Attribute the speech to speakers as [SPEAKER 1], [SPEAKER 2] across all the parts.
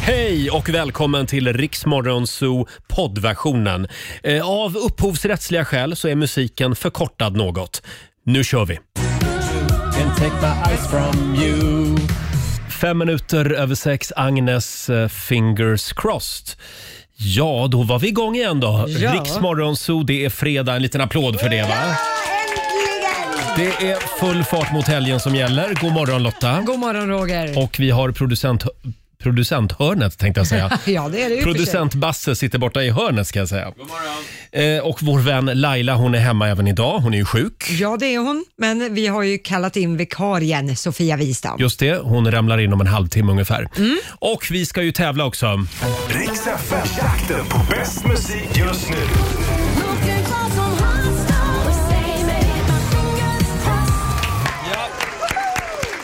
[SPEAKER 1] Hej och välkommen till Riksmorgon Zoo poddversionen. Eh, Av upphovsrättsliga skäl så är musiken förkortad något. Nu kör vi! Fem minuter över sex, Agnes eh, fingers crossed. Ja, då var vi igång igen då.
[SPEAKER 2] Ja.
[SPEAKER 1] Riksmorgon Zoo, det är fredag. En liten applåd för det va? Det är full fart mot helgen som gäller. God morgon Lotta.
[SPEAKER 2] God morgon Roger.
[SPEAKER 1] Och vi har producent, producenthörnet tänkte jag säga.
[SPEAKER 2] Ja, det är det ju
[SPEAKER 1] Producent Basse sitter borta i hörnet ska jag säga. Eh, och vår vän Laila hon är hemma även idag. Hon är ju sjuk.
[SPEAKER 2] för sig. Ja, det är hon. Men vi har ju kallat in vikarien Sofia Wistam.
[SPEAKER 1] Just det, hon ramlar in om en halvtimme ungefär. Och vi ska ju tävla också.
[SPEAKER 3] Riks FM-jakten på bäst musik just nu.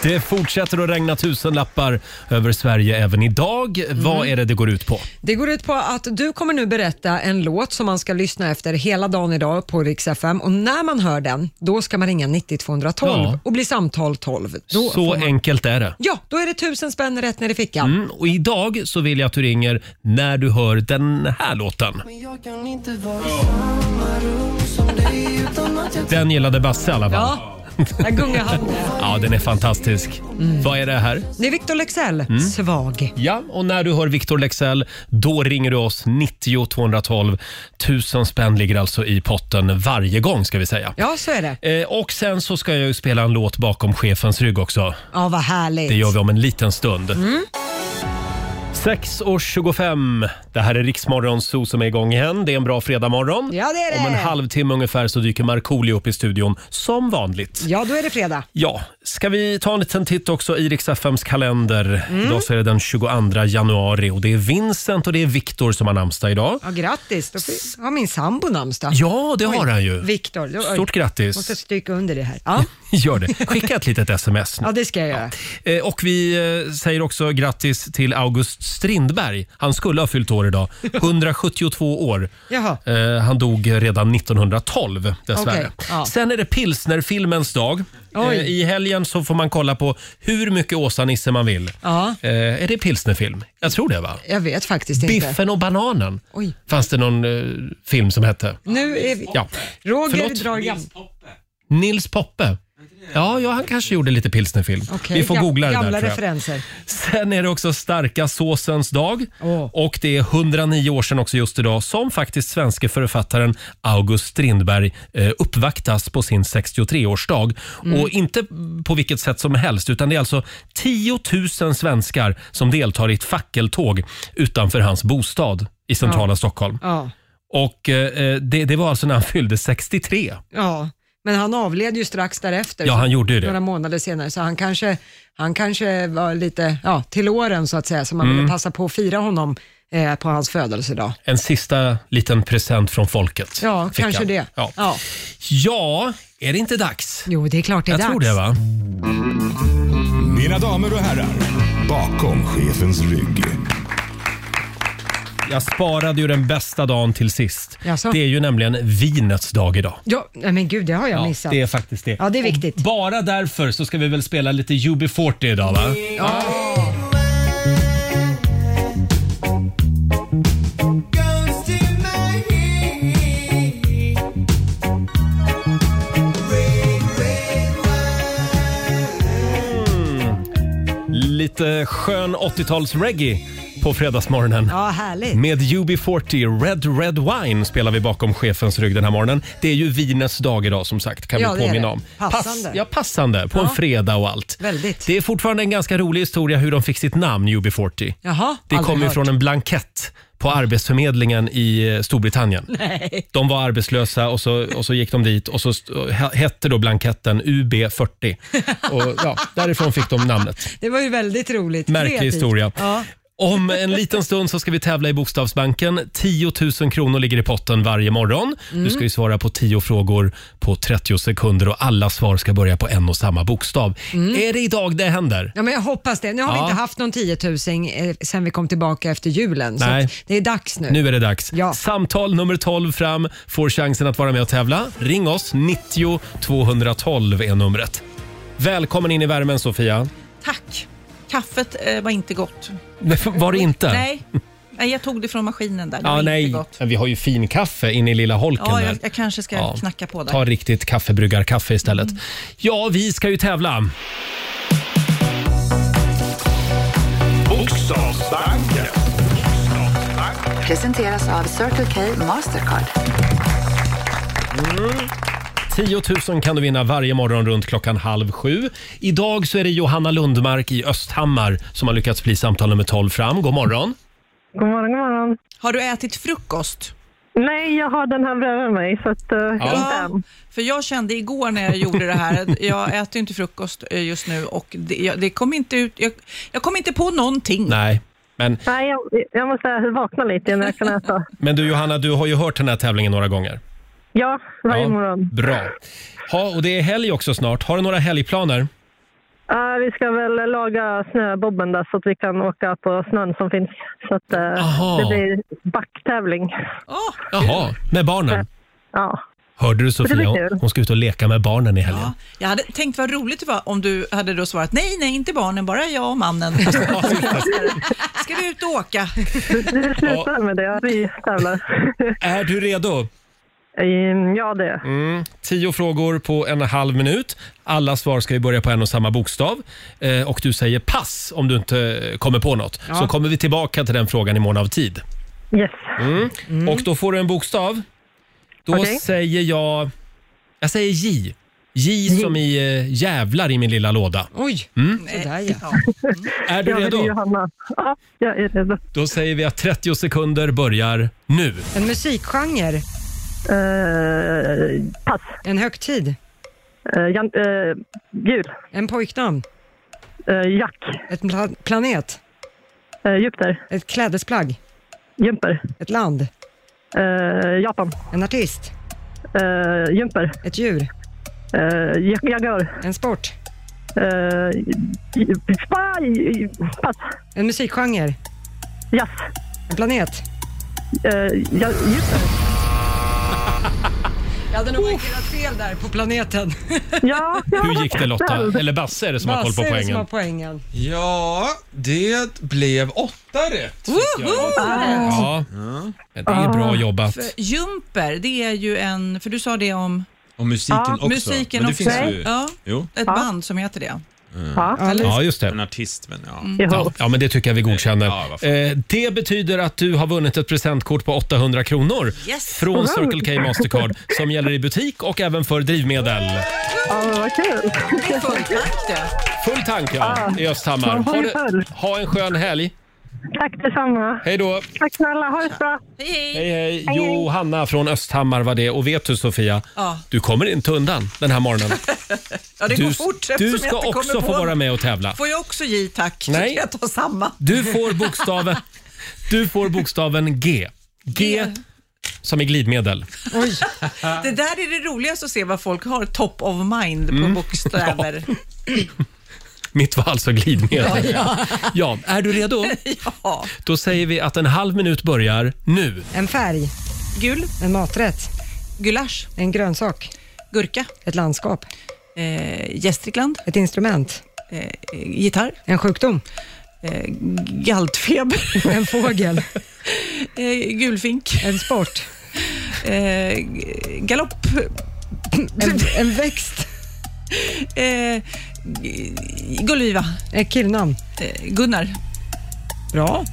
[SPEAKER 1] Det fortsätter att regna tusenlappar över Sverige även idag. Vad är det det går ut på?
[SPEAKER 2] Det går ut på att du kommer nu berätta en låt som man ska lyssna efter hela dagen idag på Rix FM och när man hör den, då ska man ringa 90 212
[SPEAKER 1] Ja.
[SPEAKER 2] och bli samtal 12. Då
[SPEAKER 1] Så
[SPEAKER 2] får man...
[SPEAKER 1] enkelt är det.
[SPEAKER 2] Ja, då är det tusen spänn rätt ner i fickan.
[SPEAKER 1] Mm, och idag så vill jag att du ringer när du hör den här låten.
[SPEAKER 4] Jag kan inte vara i samma rum som dig utan att jag
[SPEAKER 1] Den gillade Basse i alla fall.
[SPEAKER 2] Ja, där gungar han.
[SPEAKER 1] Ja, den är fantastisk. Vad är det här?
[SPEAKER 2] Det är Victor Lexell,
[SPEAKER 1] Mm.
[SPEAKER 2] Svag.
[SPEAKER 1] Ja, och när du hör Victor Lexell, då ringer du oss 90 212. Tusen spänn ligger alltså i potten varje gång ska vi säga.
[SPEAKER 2] Ja, så är det.
[SPEAKER 1] Eh, och sen så ska jag ju spela en låt bakom chefens rygg också.
[SPEAKER 2] Ja, vad härligt.
[SPEAKER 1] Det gör vi om en liten stund. 6.25. Det här är Riksmorgon Zoo som är igång igen. Det är en bra fredagmorgon.
[SPEAKER 2] Ja, det är det.
[SPEAKER 1] Om en halvtimme ungefär så dyker Markoolio upp i studion, som vanligt.
[SPEAKER 2] Ja, då är det fredag.
[SPEAKER 1] Ja, ska vi ta en liten titt också i Rix FMs kalender.
[SPEAKER 2] Mm.
[SPEAKER 1] Idag så är det den 22 januari och det är Vincent och det är Viktor som har namnsdag idag.
[SPEAKER 2] Ja, grattis, då får- har min sambo namnsdag.
[SPEAKER 1] Ja, det har han ju.
[SPEAKER 2] Viktor. då- oj.
[SPEAKER 1] Stort grattis.
[SPEAKER 2] Måste stryka under det här. Ja,
[SPEAKER 1] Gör det. Skicka ett litet sms nu.
[SPEAKER 2] ja det ska jag göra.
[SPEAKER 1] Eh, Och vi eh, säger också grattis till August Strindberg. Han skulle ha fyllt år idag. 172 år.
[SPEAKER 2] Jaha.
[SPEAKER 1] Eh, Han dog redan 1912 dessvärre.
[SPEAKER 2] Okej, ja.
[SPEAKER 1] Sen är det pilsnerfilmens dag.
[SPEAKER 2] Oj.
[SPEAKER 1] Eh, I helgen så får man kolla på hur mycket Åsa-Nisse man vill.
[SPEAKER 2] Ja.
[SPEAKER 1] Eh, Är det pilsnerfilm? Jag tror det va?
[SPEAKER 2] Jag vet faktiskt Eh, inte.
[SPEAKER 1] Biffen och bananen
[SPEAKER 2] Oj.
[SPEAKER 1] fanns det någon eh, film som hette.
[SPEAKER 2] Nu är vi...
[SPEAKER 1] Ja.
[SPEAKER 2] Roger
[SPEAKER 1] Förlåt?
[SPEAKER 2] drar gam...
[SPEAKER 1] Nils Poppe. Ja, ja, han kanske gjorde lite pilsnerfilm.
[SPEAKER 2] Okej,
[SPEAKER 1] Vi får
[SPEAKER 2] gam-
[SPEAKER 1] googla det där.
[SPEAKER 2] Gamla
[SPEAKER 1] tror jag.
[SPEAKER 2] referenser.
[SPEAKER 1] Sen är det också starka såsens dag.
[SPEAKER 2] Åh.
[SPEAKER 1] Och det är 109 år sedan också just idag som faktiskt svenske författaren August Strindberg eh, uppvaktas på sin 63-årsdag.
[SPEAKER 2] Mm.
[SPEAKER 1] Och inte på vilket sätt som helst utan det är alltså 10 000 svenskar som deltar i ett fackeltåg utanför hans bostad i centrala Stockholm.
[SPEAKER 2] Ja.
[SPEAKER 1] Och eh, det, det var alltså när han fyllde 63.
[SPEAKER 2] ja. Men han avled ju strax därefter.
[SPEAKER 1] Ja,
[SPEAKER 2] så-
[SPEAKER 1] han gjorde ju det.
[SPEAKER 2] Några månader senare, så han kanske, han kanske var lite ja, till åren så att säga, så man
[SPEAKER 1] Mm.
[SPEAKER 2] ville passa på att fira honom eh, på hans födelsedag.
[SPEAKER 1] En sista liten present från folket.
[SPEAKER 2] Ja,
[SPEAKER 1] fick
[SPEAKER 2] kanske
[SPEAKER 1] han.
[SPEAKER 2] det.
[SPEAKER 1] Ja. ja, är det inte dags?
[SPEAKER 2] Jo, det är klart det är
[SPEAKER 1] Jag
[SPEAKER 2] dags.
[SPEAKER 1] tror det va?
[SPEAKER 3] Mina damer och herrar, bakom chefens rygg.
[SPEAKER 1] Jag sparade ju den bästa dagen till sist.
[SPEAKER 2] Jaså?
[SPEAKER 1] Det är ju nämligen vinets dag idag.
[SPEAKER 2] Ja, nej, men gud, det har jag
[SPEAKER 1] Ja,
[SPEAKER 2] missat.
[SPEAKER 1] det är faktiskt det.
[SPEAKER 2] Ja, det är viktigt.
[SPEAKER 1] Och bara därför så ska vi väl spela lite UB40 idag va? Lite skön 80-tals-reggae på fredagsmorgonen.
[SPEAKER 2] Ja, härligt.
[SPEAKER 1] Med UB40 Red Red Wine spelar vi bakom chefens rygg den här morgonen. Det är ju vinets dag idag som sagt kan
[SPEAKER 2] Ja,
[SPEAKER 1] vi
[SPEAKER 2] det är
[SPEAKER 1] påminna
[SPEAKER 2] det.
[SPEAKER 1] om.
[SPEAKER 2] Passande.
[SPEAKER 1] ja, passande på en fredag och allt.
[SPEAKER 2] Väldigt.
[SPEAKER 1] Det är fortfarande en ganska rolig historia hur de fick sitt namn UB40.
[SPEAKER 2] Jaha,
[SPEAKER 1] det
[SPEAKER 2] aldrig
[SPEAKER 1] kom ju
[SPEAKER 2] hört.
[SPEAKER 1] från en blankett på Arbetsförmedlingen i eh, Storbritannien.
[SPEAKER 2] Nej.
[SPEAKER 1] De var arbetslösa och så, och så gick de dit och så st- och he- hette då blanketten UB40. Och, ja, därifrån fick de namnet.
[SPEAKER 2] Det var ju väldigt roligt.
[SPEAKER 1] Märklig
[SPEAKER 2] Kreativt.
[SPEAKER 1] historia.
[SPEAKER 2] Ja.
[SPEAKER 1] Om en liten stund så ska vi tävla i Bokstavsbanken. 10 000 kronor ligger i potten varje morgon. Du ska ju svara på 10 frågor på 30 sekunder och alla svar ska börja på en och samma bokstav.
[SPEAKER 2] Mm.
[SPEAKER 1] Är det idag det händer?
[SPEAKER 2] Ja, men jag hoppas det. Nu har
[SPEAKER 1] Ja.
[SPEAKER 2] vi inte haft någon 10 000 eh, sen vi kom tillbaka efter julen. Så
[SPEAKER 1] Nej.
[SPEAKER 2] att det är dags nu.
[SPEAKER 1] Nu är det dags.
[SPEAKER 2] Ja.
[SPEAKER 1] Samtal nummer 12 fram får chansen att vara med och tävla. Ring oss. 90 212 är numret. Välkommen in i värmen, Sofia.
[SPEAKER 2] Tack.
[SPEAKER 5] Kaffet eh, var inte gott.
[SPEAKER 1] Var det inte?
[SPEAKER 5] Nej. nej, jag tog det från maskinen där. Det
[SPEAKER 1] Ja,
[SPEAKER 5] var
[SPEAKER 1] nej.
[SPEAKER 5] inte gott.
[SPEAKER 1] Men vi har ju fin kaffe inne i lilla holken
[SPEAKER 5] Ja,
[SPEAKER 1] där.
[SPEAKER 5] jag, jag kanske ska
[SPEAKER 1] Ja.
[SPEAKER 5] knacka på där. Mm.
[SPEAKER 1] Ta riktigt kaffebryggarkaffe istället. Ja, vi ska ju tävla.
[SPEAKER 6] Bokstavsbanken.
[SPEAKER 7] Presenteras av Circle K Mastercard.
[SPEAKER 1] 10 000 kan du vinna varje morgon runt klockan halv sju. Idag så är det Johanna Lundmark i Östhammar som har lyckats bli samtal nummer 12 fram. God
[SPEAKER 5] Mm.
[SPEAKER 1] morgon!
[SPEAKER 8] God morgon, god morgon.
[SPEAKER 5] Har du ätit frukost?
[SPEAKER 8] Nej, jag har den här bredvid mig, så att, eh, inte än.
[SPEAKER 5] För jag kände igår när jag gjorde det här, jag äter ju inte frukost eh, just nu och det, jag, det kom inte ut, jag, jag kom inte på någonting.
[SPEAKER 1] Nej, men,
[SPEAKER 8] Nej, jag, jag måste vakna lite innan jag kan äta.
[SPEAKER 1] men du Johanna, du har ju hört den här tävlingen några gånger.
[SPEAKER 8] Ja, varje morgon.
[SPEAKER 1] Bra. Ja, och det är helg också snart. Har du några helgplaner?
[SPEAKER 8] Eh, vi ska väl laga snöbobben där så att vi kan åka på snön som finns. Så att, eh,
[SPEAKER 1] Aha.
[SPEAKER 8] det blir backtävling.
[SPEAKER 5] Åh,
[SPEAKER 1] Jaha, med barnen?
[SPEAKER 8] Ja.
[SPEAKER 1] Hörde du Sofia? Hon, hon ska ut och leka med barnen i helgen.
[SPEAKER 5] ja. Jag hade tänkt vad roligt det var om du hade då svarat nej, nej, inte barnen, bara jag och mannen. Ska vi ut och åka?
[SPEAKER 8] Vi slutar med det. Vi tävlar.
[SPEAKER 1] Är du redo? Mm.
[SPEAKER 8] Ehm, ja, det.
[SPEAKER 1] Tio frågor på en halv minut. Alla svar ska ju börja på en och samma bokstav. Eh, och du säger pass om du inte kommer på något. Så kommer vi tillbaka till den frågan i mån av tid.
[SPEAKER 8] Yes.
[SPEAKER 1] Mm. Och då får du en bokstav. Då
[SPEAKER 8] Okej.
[SPEAKER 1] säger jag... Jag säger J. J som i eh, jävlar i min lilla låda.
[SPEAKER 2] Oj, sådär ja.
[SPEAKER 5] Ja.
[SPEAKER 1] Är du
[SPEAKER 8] Jag vill
[SPEAKER 1] redo?
[SPEAKER 8] Johanna. Ja, jag är redo.
[SPEAKER 1] Då säger vi att 30 sekunder börjar nu.
[SPEAKER 2] En musikgenre,
[SPEAKER 8] Eh, pass.
[SPEAKER 2] en högtid,
[SPEAKER 8] Eh, jan, eh, jul.
[SPEAKER 2] en pojknamn,
[SPEAKER 8] Eh, Jack.
[SPEAKER 2] ett pla- planet,
[SPEAKER 8] Eh, Jupiter.
[SPEAKER 2] ett klädesplagg,
[SPEAKER 8] Jumper.
[SPEAKER 2] ett land,
[SPEAKER 8] Eh, Japan.
[SPEAKER 2] en artist,
[SPEAKER 8] Uh, jumper.
[SPEAKER 2] ett djur,
[SPEAKER 8] Uh, Jaguar.
[SPEAKER 2] en sport,
[SPEAKER 8] Uh, pass.
[SPEAKER 2] en musikgenre,
[SPEAKER 8] Jazz.
[SPEAKER 2] en planet.
[SPEAKER 8] Uh, ja, Jupiter.
[SPEAKER 2] Jag hade nog markerat fel där på planeten.
[SPEAKER 8] Ja, ja,
[SPEAKER 1] Hur gick det
[SPEAKER 8] snäll.
[SPEAKER 1] Lotta? Eller Basse är det som har koll på
[SPEAKER 2] Basse är det som har
[SPEAKER 1] poängen.
[SPEAKER 2] poängen.
[SPEAKER 9] Ja, det blev åtta rätt.
[SPEAKER 1] Ja. Men Det är bra jobbat.
[SPEAKER 5] Jumper, det är ju en, för du sa det om
[SPEAKER 9] Och musiken
[SPEAKER 8] Ja.
[SPEAKER 9] också.
[SPEAKER 5] musiken
[SPEAKER 9] Men det
[SPEAKER 5] också.
[SPEAKER 9] finns ju
[SPEAKER 5] Ja,
[SPEAKER 9] jo,
[SPEAKER 5] ett band som heter det.
[SPEAKER 8] Ja,
[SPEAKER 1] Ja, just det.
[SPEAKER 9] en artist. Men, ja.
[SPEAKER 4] Mm.
[SPEAKER 8] ja.
[SPEAKER 1] Ja, ja, men det tycker jag vi godkänner.
[SPEAKER 9] Ja, vad fan.
[SPEAKER 1] eh, det betyder att du har vunnit ett presentkort på 800 kronor
[SPEAKER 5] Yes.
[SPEAKER 1] från Circle K Mastercard som gäller i butik och även för drivmedel.
[SPEAKER 8] ja men vad kul.
[SPEAKER 5] Det är full tank det.
[SPEAKER 1] Full tank ja, i Östhammar.
[SPEAKER 8] Man har ju
[SPEAKER 1] det-
[SPEAKER 8] full.
[SPEAKER 1] ha en skön helg.
[SPEAKER 8] Tack detsamma.
[SPEAKER 1] Hej då.
[SPEAKER 8] Tack snälla, ha det bra.
[SPEAKER 1] Hej, hej. Johanna från Östhammar var det. Och vet du Sofia,
[SPEAKER 5] Ja.
[SPEAKER 1] du kommer inte undan den här morgonen.
[SPEAKER 5] Ja, det
[SPEAKER 1] Du,
[SPEAKER 5] går fort eftersom
[SPEAKER 1] du
[SPEAKER 5] jag
[SPEAKER 1] ska
[SPEAKER 5] inte kommer
[SPEAKER 1] också
[SPEAKER 5] på
[SPEAKER 1] få vara
[SPEAKER 5] något.
[SPEAKER 1] med och tävla.
[SPEAKER 5] Får jag också J tack? Så
[SPEAKER 1] Nej.
[SPEAKER 5] kan jag ta samma.
[SPEAKER 1] Du får bokstaven, du får bokstaven G. G som i glidmedel.
[SPEAKER 5] Det där är det roligaste att se vad folk har top of mind på bokstäver.
[SPEAKER 1] Mitt var alltså glidmedel. Ja, är du redo?
[SPEAKER 5] Ja.
[SPEAKER 1] Då säger vi att en halv minut börjar nu.
[SPEAKER 2] En färg,
[SPEAKER 5] Gul,
[SPEAKER 2] en maträtt,
[SPEAKER 5] gulasch,
[SPEAKER 2] en grönsak,
[SPEAKER 5] gurka,
[SPEAKER 2] ett landskap,
[SPEAKER 5] eh, Gästrikland,
[SPEAKER 2] ett instrument,
[SPEAKER 5] eh, gitarr,
[SPEAKER 2] en sjukdom,
[SPEAKER 5] eh, galtfeber,
[SPEAKER 2] en fågel,
[SPEAKER 5] eh, gulfink,
[SPEAKER 2] en sport,
[SPEAKER 5] eh, g- galopp,
[SPEAKER 2] en, en växt,
[SPEAKER 5] eh, g- Gullviva,
[SPEAKER 2] ett killnamn.
[SPEAKER 5] eh, Gunnar.
[SPEAKER 2] Bra.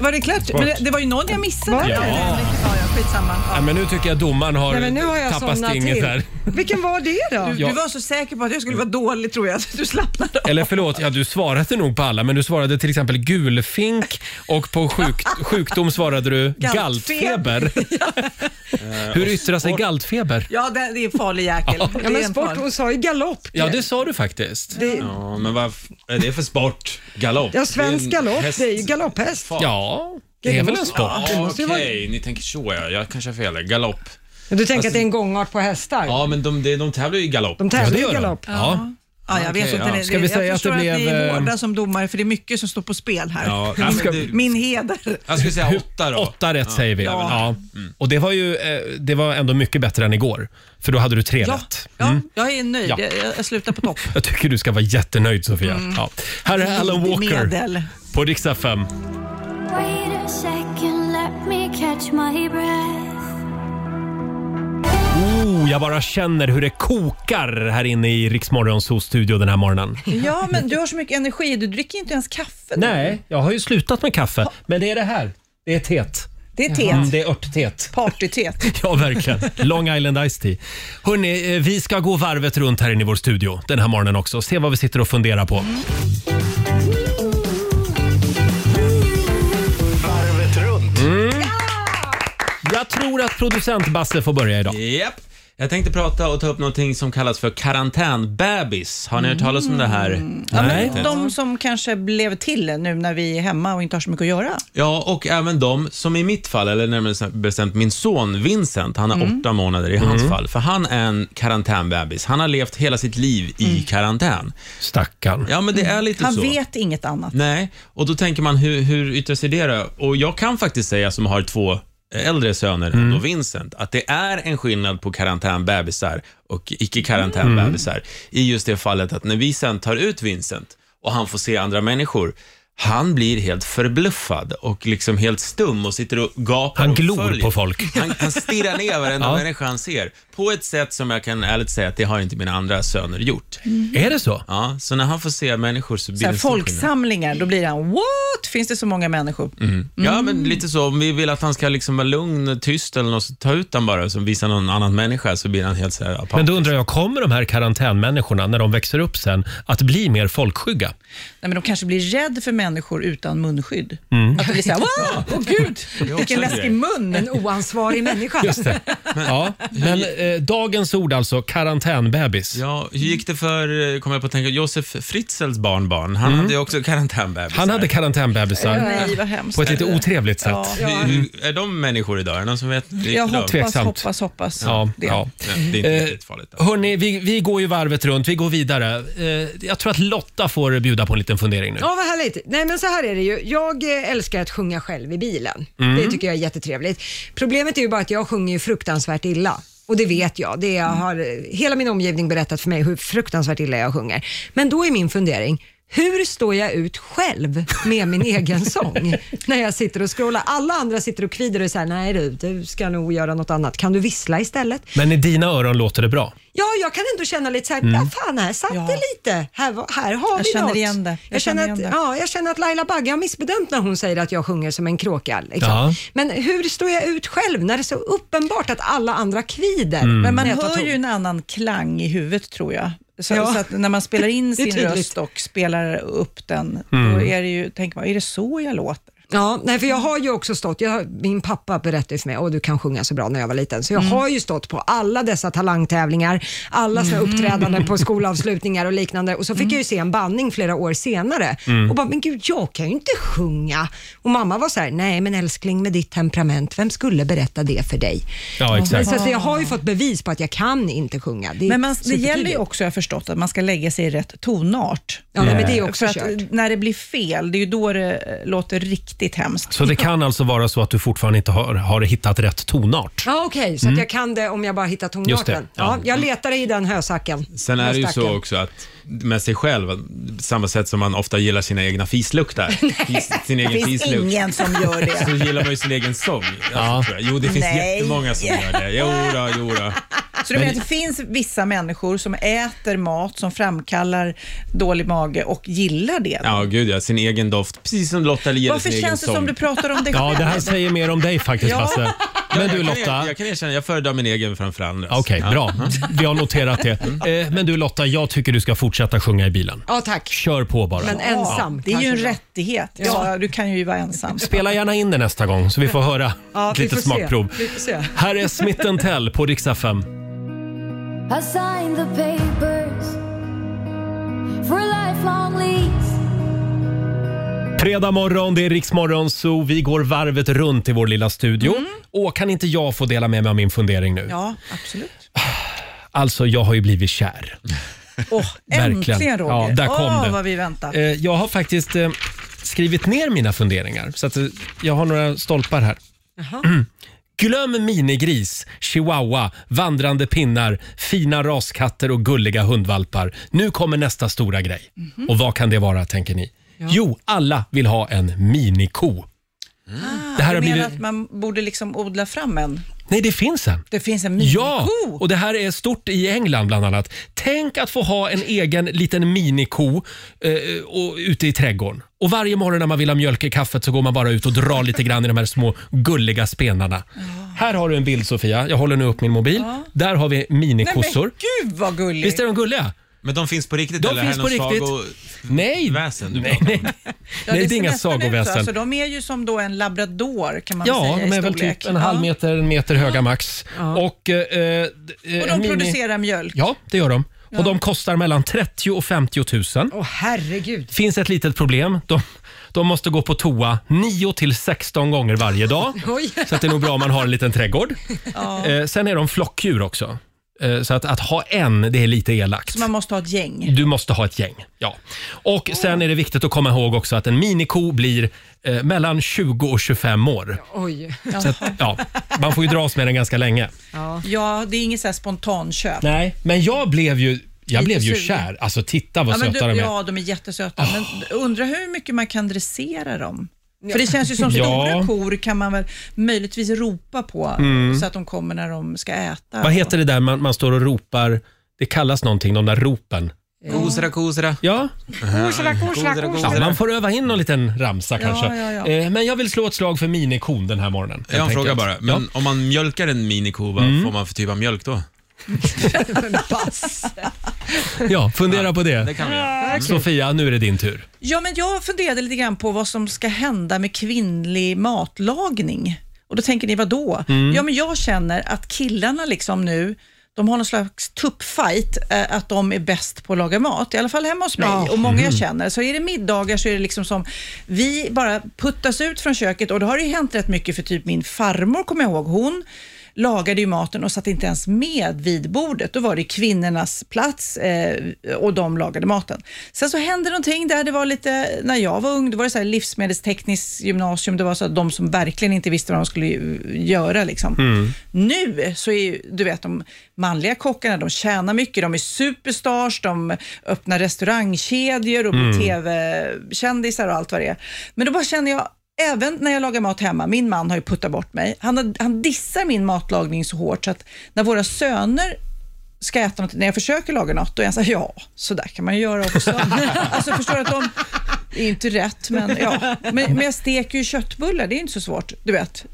[SPEAKER 5] Var det klart? Men det, det var ju någon jag missade.
[SPEAKER 2] Var det?
[SPEAKER 5] Ja. Ja, ja, skitsamma.
[SPEAKER 1] Ja,
[SPEAKER 5] Ja.
[SPEAKER 1] men nu tycker jag domaren har
[SPEAKER 2] Nej, men nu har jag
[SPEAKER 1] tappat
[SPEAKER 2] somnat
[SPEAKER 1] stinget
[SPEAKER 2] till.
[SPEAKER 1] här.
[SPEAKER 2] Vilken var det då?
[SPEAKER 5] Du,
[SPEAKER 1] Ja.
[SPEAKER 5] du var så säker på att jag skulle vara dålig tror jag, så du slappnade av.
[SPEAKER 1] Eller förlåt, ja, du svarade nog på alla, men du svarade till exempel gulfink och på sjuk, sjukdom svarade du
[SPEAKER 5] Galtfeber.
[SPEAKER 1] galtfeber. Eh, Hur yttrar sig galtfeber?
[SPEAKER 5] Ja, det, det är en farlig jäkel. Det är
[SPEAKER 2] Ja, men
[SPEAKER 5] en
[SPEAKER 2] sport,
[SPEAKER 5] farlig-
[SPEAKER 2] hon sa ju galopp.
[SPEAKER 1] Ja, det sa du faktiskt.
[SPEAKER 9] Ja, men vad är det för sport? Galopp?
[SPEAKER 2] Ja, svensk
[SPEAKER 9] Det är en
[SPEAKER 2] galopp,
[SPEAKER 9] häst-
[SPEAKER 2] det är ju galopphäst.
[SPEAKER 1] Ja, det är väl en sport?
[SPEAKER 9] Ja,
[SPEAKER 2] Det måste
[SPEAKER 9] Okej,
[SPEAKER 2] ju vara-
[SPEAKER 9] ni tänker så ja. Jag kanske har fel. Galopp.
[SPEAKER 2] Du tänker att det är en gångart på hästar?
[SPEAKER 9] Ja, men de, de, de tävlar ju i galopp.
[SPEAKER 2] De tävlar
[SPEAKER 1] Ja, det
[SPEAKER 2] ju i
[SPEAKER 1] gör de.
[SPEAKER 2] galopp.
[SPEAKER 1] Ja.
[SPEAKER 5] Ja, jag vet
[SPEAKER 9] Okej,
[SPEAKER 5] inte.
[SPEAKER 9] ja.
[SPEAKER 5] Det-
[SPEAKER 1] Ska vi säga
[SPEAKER 5] jag
[SPEAKER 1] att det
[SPEAKER 5] förstår att ni
[SPEAKER 1] blev,
[SPEAKER 5] är
[SPEAKER 1] eh,
[SPEAKER 5] hårda som domare, för det är mycket som står på spel här.
[SPEAKER 9] Ja, nej, men det-
[SPEAKER 5] Min heder.
[SPEAKER 9] Jag skulle säga åtta då. Mm.
[SPEAKER 1] Åtta rätt säger vi. Ja.
[SPEAKER 5] Ja.
[SPEAKER 1] Och det var ju eh, det var ändå mycket bättre än igår, för då hade du tre
[SPEAKER 5] Ja,
[SPEAKER 1] rätt.
[SPEAKER 5] ja jag är nöjd.
[SPEAKER 1] Ja.
[SPEAKER 5] Jag, jag slutar på topp.
[SPEAKER 1] Jag tycker du ska vara jättenöjd Sofia. Ja. Här är Alan
[SPEAKER 5] I
[SPEAKER 1] Walker
[SPEAKER 5] Medel.
[SPEAKER 1] på riksdag 5.
[SPEAKER 10] Wait a second, let me catch my breath.
[SPEAKER 1] Oh, jag bara känner hur det kokar här inne i Riksmorgons studio den här morgonen.
[SPEAKER 5] Ja, men du har så mycket energi. Du dricker inte ens kaffe.
[SPEAKER 1] Nej, jag har ju slutat med kaffe, men det är det här. Det är teet.
[SPEAKER 5] Det är
[SPEAKER 1] Mm,
[SPEAKER 5] teet.
[SPEAKER 1] det är örtteet.
[SPEAKER 5] Partyteet.
[SPEAKER 1] Ja, verkligen. Long Island Iced Tea. Hörrni, eh, vi ska gå varvet runt här inne i vår studio den här morgonen också. Se vad vi sitter och funderar på.
[SPEAKER 11] Varvet runt.
[SPEAKER 1] Mm. Jag tror att producent Basse får börja idag.
[SPEAKER 9] Japp. Jag tänkte prata och ta upp någonting som kallas för karantänbebis. Har ni hört talas om det här?
[SPEAKER 5] Ja,
[SPEAKER 1] Nej.
[SPEAKER 5] men de som kanske blev till nu när vi är hemma och inte har så mycket att göra.
[SPEAKER 9] Ja, och även de som i mitt fall, eller närmare bestämt min son Vincent, han har åtta månader i hans fall. För han är en karantänbebis. Han har levt hela sitt liv i karantän.
[SPEAKER 1] Stackarn.
[SPEAKER 9] Ja, men det är lite
[SPEAKER 5] Han
[SPEAKER 9] så.
[SPEAKER 5] vet inget annat.
[SPEAKER 9] Nej, och då tänker man hur, hur yttrar sig det då? Och jag kan faktiskt säga som har två äldre söner
[SPEAKER 1] Mm.
[SPEAKER 9] än då Vincent, att det är en skillnad på karantänbebisar och icke-karantänbebisar.
[SPEAKER 1] Mm.
[SPEAKER 9] I just det fallet att när vi sen tar ut Vincent och han får se andra människor, han blir helt förbluffad och liksom helt stum och sitter och gapar
[SPEAKER 1] Han
[SPEAKER 9] och
[SPEAKER 1] glor
[SPEAKER 9] följer.
[SPEAKER 1] på folk.
[SPEAKER 9] Han, han stirrar ner varenda
[SPEAKER 1] Ja.
[SPEAKER 9] människa han ser. På ett sätt som jag kan ärligt säga att det har inte mina andra söner gjort.
[SPEAKER 1] Är det så?
[SPEAKER 9] Ja, så när han får se människor så blir
[SPEAKER 5] Så här,
[SPEAKER 9] det en stor skillnad.
[SPEAKER 5] folksamlingar, då blir han what? Finns det så många människor?
[SPEAKER 9] Mm. Ja,
[SPEAKER 5] Mm.
[SPEAKER 9] men lite så. Om vi vill att han ska liksom vara lugn, tyst eller något, så ta ut han bara och så visa någon annan människa så blir han helt så här apatisk.
[SPEAKER 1] Men då undrar jag, kommer de här karantänmänniskorna när de växer upp sen att bli mer folkskygga?
[SPEAKER 5] Nej, men de kanske blir rädda för människor utan munskydd. Att det blir så här, wow, åh gud,
[SPEAKER 9] också
[SPEAKER 5] vilken
[SPEAKER 9] en
[SPEAKER 5] läskig
[SPEAKER 9] grej.
[SPEAKER 5] mun.
[SPEAKER 2] En oansvarig människa.
[SPEAKER 1] Ja, men eh, dagens ord alltså, karantänbebis.
[SPEAKER 9] Ja, hur gick det för, eh, kom jag på att tänka, Josef Fritzels barnbarn, han hade ju också karantänbebisar.
[SPEAKER 1] Mm. Han hade karantänbebisar
[SPEAKER 5] Nej, vad hemskt.
[SPEAKER 1] på ett lite otrevligt sätt.
[SPEAKER 5] Ja.
[SPEAKER 9] hur, hur, är de människor idag? Är det någon som vet? Det är
[SPEAKER 5] Jag
[SPEAKER 9] inte de.
[SPEAKER 5] hoppas,
[SPEAKER 1] Tveksamt.
[SPEAKER 5] hoppas, hoppas.
[SPEAKER 1] Ja,
[SPEAKER 5] det.
[SPEAKER 1] ja. Eh,
[SPEAKER 9] Nej, det är inte riktigt farligt.
[SPEAKER 1] Hörni, vi, vi går ju varvet runt. Vi går vidare. Eh, jag tror att Lotta får bjuda på en liten fundering nu.
[SPEAKER 2] Ja, vad härligt. Nej, men så här är det ju. Jag eh, älskar att sjunga själv i bilen. Det tycker jag är jättetrevligt. Problemet är ju bara att jag sjunger ju fruktansvärt illa. Och det vet jag. Det jag har eh, hela min omgivning berättat för mig hur fruktansvärt illa jag sjunger. Men då är min fundering, hur står jag ut själv med min egen sång när jag sitter och scrollar? Alla andra sitter och kvider och säger nej du, du ska nog göra något annat. Kan du vissla istället?
[SPEAKER 1] Men i dina öron låter det bra.
[SPEAKER 2] Ja, jag kan ändå känna lite så här, ja fan här satt
[SPEAKER 5] Mm. Ja.
[SPEAKER 2] det lite. Här, var- här har vi
[SPEAKER 5] känner
[SPEAKER 2] något.
[SPEAKER 5] igen det. Jag
[SPEAKER 2] Jag känner,
[SPEAKER 5] känner
[SPEAKER 2] att,
[SPEAKER 5] igen det.
[SPEAKER 2] Ja, jag känner att Laila Bagge har missbedömt när hon säger att jag sjunger som en kråka. Liksom.
[SPEAKER 1] Ja.
[SPEAKER 2] Men hur står jag ut själv när det är så uppenbart att alla andra kvider?
[SPEAKER 5] Men man
[SPEAKER 2] när jag tar
[SPEAKER 5] hör
[SPEAKER 2] ton?
[SPEAKER 5] ju en annan klang i huvudet tror jag. Så,
[SPEAKER 2] Ja.
[SPEAKER 5] så att när man spelar in
[SPEAKER 2] Det är
[SPEAKER 5] sin
[SPEAKER 2] tydligt.
[SPEAKER 5] röst och spelar upp den, då är det ju, tänker man, är det så jag låter?
[SPEAKER 2] Ja, nej, för jag har ju också stått, jag, min pappa berättade ju för mig, åh du kan sjunga så bra när jag var liten, så jag har ju stått på alla dessa talangtävlingar, alla såna uppträdanden på skolavslutningar och liknande och så fick jag ju se en bandning flera år senare och bara, men gud jag kan ju inte sjunga. Och mamma var så här, nej men älskling med ditt temperament, vem skulle berätta det för dig?
[SPEAKER 1] Ja, exakt.
[SPEAKER 2] Så att jag har ju fått bevis på att jag kan inte sjunga. Det är
[SPEAKER 5] Men man, det gäller ju
[SPEAKER 2] supertydligt.
[SPEAKER 5] också, jag har förstått, att man ska lägga sig i rätt tonart.
[SPEAKER 2] Ja, nej, men det är också
[SPEAKER 5] För att
[SPEAKER 2] kört.
[SPEAKER 5] när det blir fel, det är ju då det eh, låter riktigt hemskt.
[SPEAKER 1] Så det kan alltså vara så att du fortfarande inte har, har hittat rätt tonart.
[SPEAKER 2] Ja, okej, så att jag kan det om jag bara hittar tonarten.
[SPEAKER 1] Just det, ja.
[SPEAKER 2] Ja. jag letar i den hösacken.
[SPEAKER 9] Mm. Sen är det ju
[SPEAKER 2] Höstacken.
[SPEAKER 9] så också att med sig själv, att- samma sätt som man ofta gillar sina egna fisluktar, fis, sin
[SPEAKER 5] Det
[SPEAKER 9] egen
[SPEAKER 5] finns
[SPEAKER 9] fislukt,
[SPEAKER 5] ingen som gör det.
[SPEAKER 9] så gillar man ju sin egen sång.
[SPEAKER 1] Ja.
[SPEAKER 9] Ja. Jo, det finns
[SPEAKER 5] Nej.
[SPEAKER 9] jättemånga som gör det. Jo, då, jo då.
[SPEAKER 5] Så du menar att det finns vissa människor som äter mat som framkallar dålig mage och gillar det?
[SPEAKER 9] Ja, gud ja. Sin egen doft. Precis som Lotta Lierus
[SPEAKER 5] Varför
[SPEAKER 9] egen
[SPEAKER 5] känns det
[SPEAKER 9] sång.
[SPEAKER 5] som du pratar om dig själv?
[SPEAKER 1] Ja, det här säger mer om dig faktiskt,
[SPEAKER 5] Ja.
[SPEAKER 1] Basse. Men du
[SPEAKER 9] Jag kan,
[SPEAKER 1] Lotta.
[SPEAKER 9] jag kan erkänna, jag föredrar min egen framför andras.
[SPEAKER 1] Okej, bra. Vi har noterat det. Eh, Men du Lotta, jag tycker du ska fortsätta sjunga i bilen.
[SPEAKER 2] Ja, tack.
[SPEAKER 1] Kör på bara.
[SPEAKER 2] Men ensam.
[SPEAKER 5] Det är ju en
[SPEAKER 2] kanske.
[SPEAKER 5] rättighet. Ja, du kan ju vara ensam.
[SPEAKER 1] Spela gärna in det nästa gång så vi får höra
[SPEAKER 2] Ja,
[SPEAKER 1] ett
[SPEAKER 2] vi
[SPEAKER 1] litet
[SPEAKER 2] får se.
[SPEAKER 1] smakprov.
[SPEAKER 2] Vi får se.
[SPEAKER 1] Här är Smith Tell på riksdag 5.
[SPEAKER 10] I signed the papers for a lifelong lease.
[SPEAKER 1] Fredag morgon, det är Riksmorgon så vi går varvet runt i vår lilla studio.
[SPEAKER 2] Mm.
[SPEAKER 1] Och kan inte jag få dela med mig av min fundering nu?
[SPEAKER 5] Ja, absolut.
[SPEAKER 1] Alltså, jag har ju blivit kär.
[SPEAKER 5] Åh, äntligen
[SPEAKER 1] Verkligen.
[SPEAKER 5] Roger.
[SPEAKER 1] Ja, där kom
[SPEAKER 5] Åh,
[SPEAKER 1] det.
[SPEAKER 5] vad vi väntar.
[SPEAKER 1] Eh, jag har faktiskt eh, skrivit ner mina funderingar, så att, eh, jag har några stolpar här. Glöm minigris, chihuahua, vandrande pinnar, fina raskatter och gulliga hundvalpar. Nu kommer nästa stora grej. Och vad kan det vara, tänker ni? Jo, alla vill ha en miniko. Det här har
[SPEAKER 5] Du menar
[SPEAKER 1] blivit...
[SPEAKER 5] att man borde liksom odla fram en?
[SPEAKER 1] Nej, det finns en.
[SPEAKER 5] Det finns en miniko?
[SPEAKER 1] Ja, och det här är stort i England bland annat. Tänk att få ha en egen liten miniko eh, och, ute i trädgården. Och varje morgon när man vill ha mjölk i kaffet så går man bara ut och drar lite grann i de här små gulliga spenarna. Här har du en bild Sofia, jag håller nu upp min mobil. Där har vi
[SPEAKER 5] Nej, men
[SPEAKER 1] minikossor.
[SPEAKER 5] gud vad gulligt.
[SPEAKER 1] Visst är de gulliga?
[SPEAKER 6] Men de finns på riktigt?
[SPEAKER 1] De
[SPEAKER 6] eller
[SPEAKER 1] finns
[SPEAKER 6] är
[SPEAKER 1] på
[SPEAKER 6] det någon
[SPEAKER 1] riktigt.
[SPEAKER 6] sago-
[SPEAKER 1] Nej,
[SPEAKER 6] Väsen du
[SPEAKER 1] nej,
[SPEAKER 6] pratar
[SPEAKER 1] nej.
[SPEAKER 6] om.
[SPEAKER 5] Ja,
[SPEAKER 1] nej det är
[SPEAKER 5] ser
[SPEAKER 1] inga
[SPEAKER 5] nästan ut så.
[SPEAKER 1] sagoväsen.
[SPEAKER 5] Alltså, de är ju som då en labrador kan man
[SPEAKER 1] Ja,
[SPEAKER 5] säga
[SPEAKER 1] de
[SPEAKER 5] i
[SPEAKER 1] är väl
[SPEAKER 5] storlek.
[SPEAKER 1] typ en halv meter, en meter höga max. Och, eh, eh,
[SPEAKER 5] Och
[SPEAKER 1] en
[SPEAKER 5] de producerar mjölk.
[SPEAKER 1] Ja, det gör de. Och de kostar mellan 30 000 och 50 000.
[SPEAKER 2] Åh herregud.
[SPEAKER 1] finns ett litet problem. De, de måste gå på toa 9 till 16 gånger varje dag.
[SPEAKER 2] Oj.
[SPEAKER 1] Så att det är nog bra om man har en liten trädgård. Eh, sen är de flockdjur också. Eh, så att, att ha en, det är lite elakt.
[SPEAKER 5] Så man måste ha ett gäng.
[SPEAKER 1] Du måste ha ett gäng. Ja. Och sen är det viktigt att komma ihåg också att en miniko blir eh, mellan 20 och 25 år.
[SPEAKER 2] Oj.
[SPEAKER 1] Så att, ja, man får ju dras med den ganska länge.
[SPEAKER 5] Ja, det är inget så här spontanköp.
[SPEAKER 1] Nej, men jag blev ju, jag
[SPEAKER 5] Lite
[SPEAKER 1] blev ju
[SPEAKER 5] sugen.
[SPEAKER 1] kär. Alltså titta vad
[SPEAKER 5] Ja, men
[SPEAKER 1] söta
[SPEAKER 5] du,
[SPEAKER 1] de är. Ah.
[SPEAKER 5] ja, de är jättesöta. Men undrar hur mycket man kan dressera dem? För det känns ju som
[SPEAKER 1] Ja. Mm.
[SPEAKER 5] stora kor kan man väl möjligtvis ropa på så att de kommer när de ska äta.
[SPEAKER 1] Vad heter det där man, man står och ropar? Det kallas någonting, de där ropen.
[SPEAKER 6] Kosera, kosera.
[SPEAKER 1] Ja,
[SPEAKER 2] Korsla, korsla,
[SPEAKER 6] Godare,
[SPEAKER 1] Ja,
[SPEAKER 6] godare.
[SPEAKER 2] korsla.
[SPEAKER 1] man får öva in någon liten ramsa kanske.
[SPEAKER 5] ja, ja.
[SPEAKER 1] Eh, Men jag vill slå ett slag för minikon den här morgonen.
[SPEAKER 6] Jag har
[SPEAKER 1] helt
[SPEAKER 6] en fråga
[SPEAKER 1] enkelt.
[SPEAKER 6] bara. Men om man mjölkar en miniko, vad
[SPEAKER 1] Mm.
[SPEAKER 6] får man för typ av mjölk då?
[SPEAKER 1] Ja, ja, fundera på det.
[SPEAKER 6] kan vi göra.
[SPEAKER 1] Sofia, nu är det din tur.
[SPEAKER 5] Ja, men jag funderade lite grann på vad som ska hända med kvinnlig matlagning. Och då tänker ni, vad då? Ja, men jag känner att killarna liksom nu, de har någon slags tuppfight, eh, att de är bäst på att laga mat, i alla fall hemma hos mig och många jag känner. Så är det middagar så är det liksom som, vi bara puttas ut från köket och då har det ju hänt rätt mycket för typ min farmor, kommer jag ihåg, hon lagade ju maten och satt inte ens med vid bordet. Då var det kvinnornas plats eh, och de lagade maten. Sen så hände någonting där, det var lite, när jag var ung, då var det så här livsmedelstekniskt gymnasium, det var så att de som verkligen inte visste vad de skulle ju- göra. Liksom. Nu så är ju, du vet, de manliga kockarna, de tjänar mycket, de är superstars, de öppnar restaurangkedjor och blir tv-kändisar och allt vad det är. Men då bara känner jag, Även när jag lagar mat hemma, min man har ju puttat bort mig. Han, har- han dissar min matlagning så hårt så att när våra söner ska äta något, när jag försöker laga något, då är han såhär, ja, så där kan man ju göra också. alltså förstår du att de, det är ju inte rätt, men ja. Men, men jag steker ju köttbullar, det är ju inte så svårt, du vet.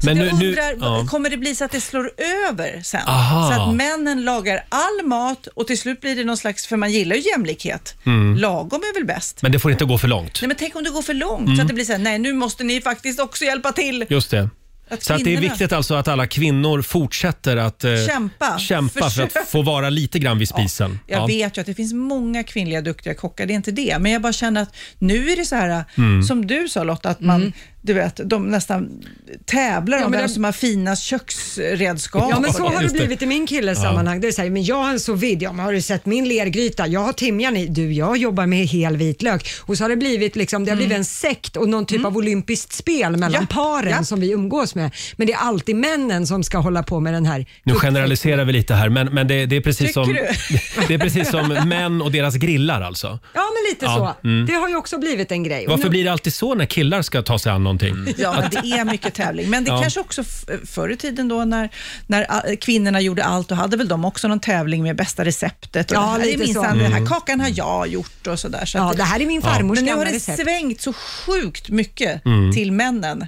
[SPEAKER 5] Så
[SPEAKER 1] Men
[SPEAKER 5] men jag
[SPEAKER 1] nu- nu-
[SPEAKER 5] undrar,
[SPEAKER 1] ja.
[SPEAKER 5] kommer det bli så att det slår över sen?
[SPEAKER 1] Aha.
[SPEAKER 5] Så att männen lagar all mat och till slut blir det någon slags, för man gillar ju jämlikhet,
[SPEAKER 1] Mm.
[SPEAKER 5] lagom är väl bäst.
[SPEAKER 1] Men det får inte gå för långt.
[SPEAKER 5] Nej, men tänk om det går för långt
[SPEAKER 1] Mm.
[SPEAKER 5] så att det blir så här, nej nu måste ni faktiskt också hjälpa till.
[SPEAKER 1] Just det.
[SPEAKER 5] Att
[SPEAKER 1] Så att det är
[SPEAKER 5] kvinnorna-
[SPEAKER 1] viktigt alltså att alla kvinnor fortsätter att eh,
[SPEAKER 5] Kämpa.
[SPEAKER 1] kämpa för
[SPEAKER 5] Försök.
[SPEAKER 1] att få vara lite grann vid spisen.
[SPEAKER 5] Jag
[SPEAKER 1] Ja.
[SPEAKER 5] vet ju att det finns många kvinnliga duktiga kockar, det är inte det. Men jag bara känner att nu är det så här,
[SPEAKER 1] Mm.
[SPEAKER 5] som du sa Lotta, att man, du vet, de nästan tävlar om
[SPEAKER 2] Mm. men
[SPEAKER 5] vem
[SPEAKER 2] det-
[SPEAKER 5] som har finast köksredskap.
[SPEAKER 2] Ja men så har det
[SPEAKER 1] Just det.
[SPEAKER 2] blivit i min killes sammanhang. Det är så här, men jag har en sous vide, ja, men har du sett min lergryta? Jag har timjan i, du jag jobbar med hel vitlök. Och så har det blivit liksom, det har blivit en sekt och någon typ av olympiskt spel mellan
[SPEAKER 5] Ja,
[SPEAKER 2] paren
[SPEAKER 5] ja.
[SPEAKER 2] som vi umgås med. Men det är alltid männen som ska hålla på med den här.
[SPEAKER 1] Nu generaliserar vi lite här, men, men det, det, är precis
[SPEAKER 5] Tycker
[SPEAKER 1] som,
[SPEAKER 5] du?
[SPEAKER 1] det är precis som män och deras grillar alltså.
[SPEAKER 2] Ja men lite
[SPEAKER 1] Ja,
[SPEAKER 2] så. Det har ju också blivit en grej. Och
[SPEAKER 1] Varför
[SPEAKER 2] nu-
[SPEAKER 1] blir det alltid så när killar ska ta sig an någonting?
[SPEAKER 5] Ja, men det är mycket tävling. Men det
[SPEAKER 1] Ja.
[SPEAKER 5] kanske också f- förr i tiden då när, när a- kvinnorna gjorde allt, då hade väl de också någon tävling med bästa receptet. Och
[SPEAKER 2] Ja,
[SPEAKER 5] det här, är
[SPEAKER 2] lite så.
[SPEAKER 5] minsann Den
[SPEAKER 1] Mm.
[SPEAKER 5] här kakan har jag gjort och sådär. Så
[SPEAKER 2] Ja
[SPEAKER 5] att-
[SPEAKER 2] det här är min farmors
[SPEAKER 5] Men nu har
[SPEAKER 2] gamla
[SPEAKER 5] det
[SPEAKER 2] recept.
[SPEAKER 5] svängt så sjukt mycket
[SPEAKER 1] Mm.
[SPEAKER 5] till männen.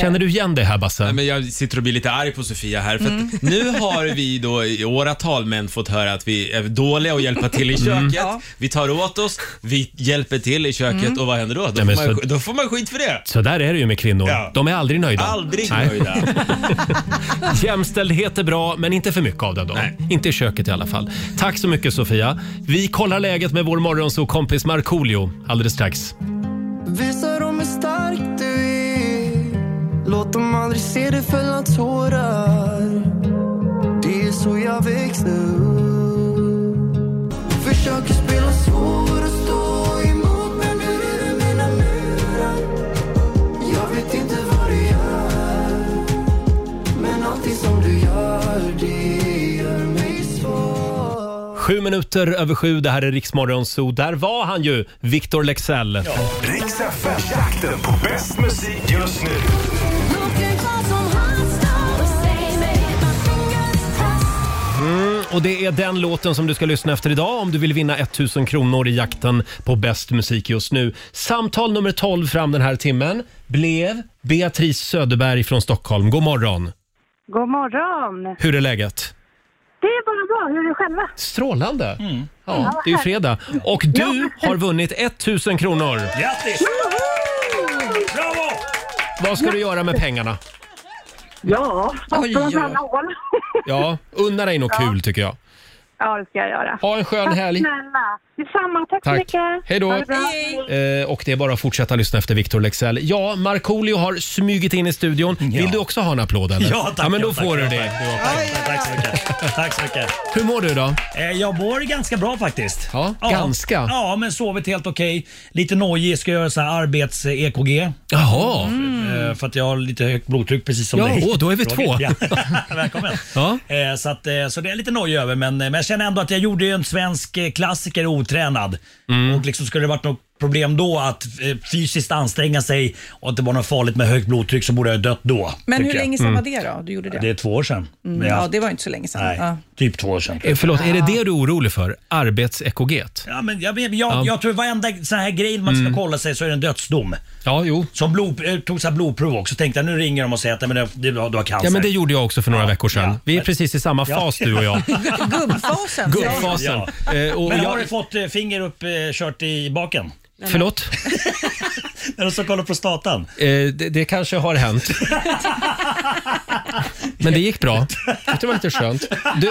[SPEAKER 1] Känner du igen det här
[SPEAKER 6] Nej,
[SPEAKER 1] Basse?
[SPEAKER 6] men jag sitter och blir lite arg på Sofia här, för att nu har vi då i åratal män fått höra att vi är dåliga att hjälpa till i köket.
[SPEAKER 5] Ja.
[SPEAKER 6] Vi tar åt oss, vi hjälper till i köket och vad händer då? Då,
[SPEAKER 1] Nej, men
[SPEAKER 6] får, man,
[SPEAKER 1] så-
[SPEAKER 6] då får man skit för det.
[SPEAKER 1] Så där är det ju med kvinnor.
[SPEAKER 6] Ja.
[SPEAKER 1] De är aldrig nöjda.
[SPEAKER 6] Aldrig
[SPEAKER 1] Nej.
[SPEAKER 6] nöjda.
[SPEAKER 1] Jämställdhet är bra, men inte för mycket av det. Då. Inte i köket i alla fall. Tack så mycket Sofia. Vi kollar läget med vår morgonsåkompis Markoolio alldeles strax.
[SPEAKER 4] Visa dem hur stark du är Låt dem aldrig se dig fälla tårar Det är så jag växte upp Försök
[SPEAKER 1] Sju minuter över sju, det här är Riksmorgon Zoo. Där var han ju, Victor Lexell.
[SPEAKER 3] Riks FM-jakten på bäst musik just nu.
[SPEAKER 1] Och det är den låten som du ska lyssna efter idag om du vill vinna 1000 kronor i jakten på bäst musik just nu. Samtal nummer 12 fram den här timmen blev Beatrice Söderberg från Stockholm. God morgon!
[SPEAKER 12] God morgon!
[SPEAKER 1] Hur är läget?
[SPEAKER 12] Det är bara bra. Hur är det själva?
[SPEAKER 1] Strålande!
[SPEAKER 9] Mm.
[SPEAKER 1] Ja, det är ju fredag. Och du har vunnit 1000 kronor.
[SPEAKER 9] Grattis! Bravo!
[SPEAKER 1] Vad ska du göra med pengarna?
[SPEAKER 12] Ja,
[SPEAKER 5] Oj, oj, oj.
[SPEAKER 12] nål.
[SPEAKER 1] Ja, unna dig något kul tycker jag.
[SPEAKER 12] Ja, det ska jag göra.
[SPEAKER 1] Ha en skön helg!
[SPEAKER 12] Snälla. Detsamma. Tack, så
[SPEAKER 1] Tack.
[SPEAKER 12] mycket.
[SPEAKER 1] Hej då.
[SPEAKER 12] Ha det bra.
[SPEAKER 1] Eh, och det är bara att fortsätta lyssna efter Victor Lexell. Ja, Markoolio har smugit in i studion. Vill du också ha en applåd eller?
[SPEAKER 9] Ja, tack,
[SPEAKER 1] ja men då
[SPEAKER 9] ja, tack,
[SPEAKER 1] får du
[SPEAKER 9] ja,
[SPEAKER 1] det.
[SPEAKER 9] Tack, tack, tack så mycket. Tack så mycket.
[SPEAKER 1] Hur mår du då?
[SPEAKER 9] Eh, Jag mår ganska bra faktiskt.
[SPEAKER 1] Ja, ganska.
[SPEAKER 9] Ja, men sovit helt okej. Lite nojig, ska göra så här arbets-EKG.
[SPEAKER 1] Jaha.
[SPEAKER 5] Mm.
[SPEAKER 9] Eh, För att jag har lite högt blodtryck precis som
[SPEAKER 1] Ja,
[SPEAKER 9] dig.
[SPEAKER 1] åh, då är vi
[SPEAKER 9] Roger.
[SPEAKER 1] två.
[SPEAKER 9] Ja. Välkommen.
[SPEAKER 1] Ja.
[SPEAKER 9] Eh, Så, att, eh, så det är jag lite nojig över men, eh, men jag känner ändå att jag gjorde ju en svensk eh, klassiker otränad.
[SPEAKER 1] Mm.
[SPEAKER 9] Och liksom skulle det varit något problem då att eh, fysiskt anstränga sig och att det var något farligt med högt blodtryck så borde jag ha dött då.
[SPEAKER 5] Men hur
[SPEAKER 9] tycker jag.
[SPEAKER 5] länge sedan var
[SPEAKER 1] Mm.
[SPEAKER 5] det då? Du gjorde det?
[SPEAKER 9] Det är två år sedan.
[SPEAKER 5] Mm,
[SPEAKER 9] Vi har
[SPEAKER 5] ja,
[SPEAKER 9] haft-
[SPEAKER 5] det var inte så länge sedan.
[SPEAKER 9] Nej,
[SPEAKER 5] Ja.
[SPEAKER 9] typ två år sedan.
[SPEAKER 1] Eh, förlåt, är det det du är orolig för? Arbetsekoget?
[SPEAKER 9] Ja, men jag, jag, jag, jag tror varenda sån här grej man ska
[SPEAKER 1] Mm.
[SPEAKER 9] kolla sig så är det en dödsdom.
[SPEAKER 1] Ja, jo.
[SPEAKER 9] Som blod, jag tog så här blodprov också, tänkte jag nu ringer de och säger att nej, men det, det, du har cancer.
[SPEAKER 1] Ja, men det gjorde jag också för några
[SPEAKER 9] Ja,
[SPEAKER 1] veckor sedan.
[SPEAKER 9] ja.
[SPEAKER 1] Vi är precis i samma fas du och jag.
[SPEAKER 5] Gubbfasen.
[SPEAKER 1] Gubbfasen.
[SPEAKER 9] Ja.
[SPEAKER 1] Eh, och
[SPEAKER 9] men har
[SPEAKER 1] jag,
[SPEAKER 9] du fått eh, finger upp eh, kört i baken?
[SPEAKER 1] förlåt?
[SPEAKER 9] När du ska kolla prostatan?
[SPEAKER 1] Eh, det, det kanske har hänt. Men det gick bra. Det var lite skönt. Du,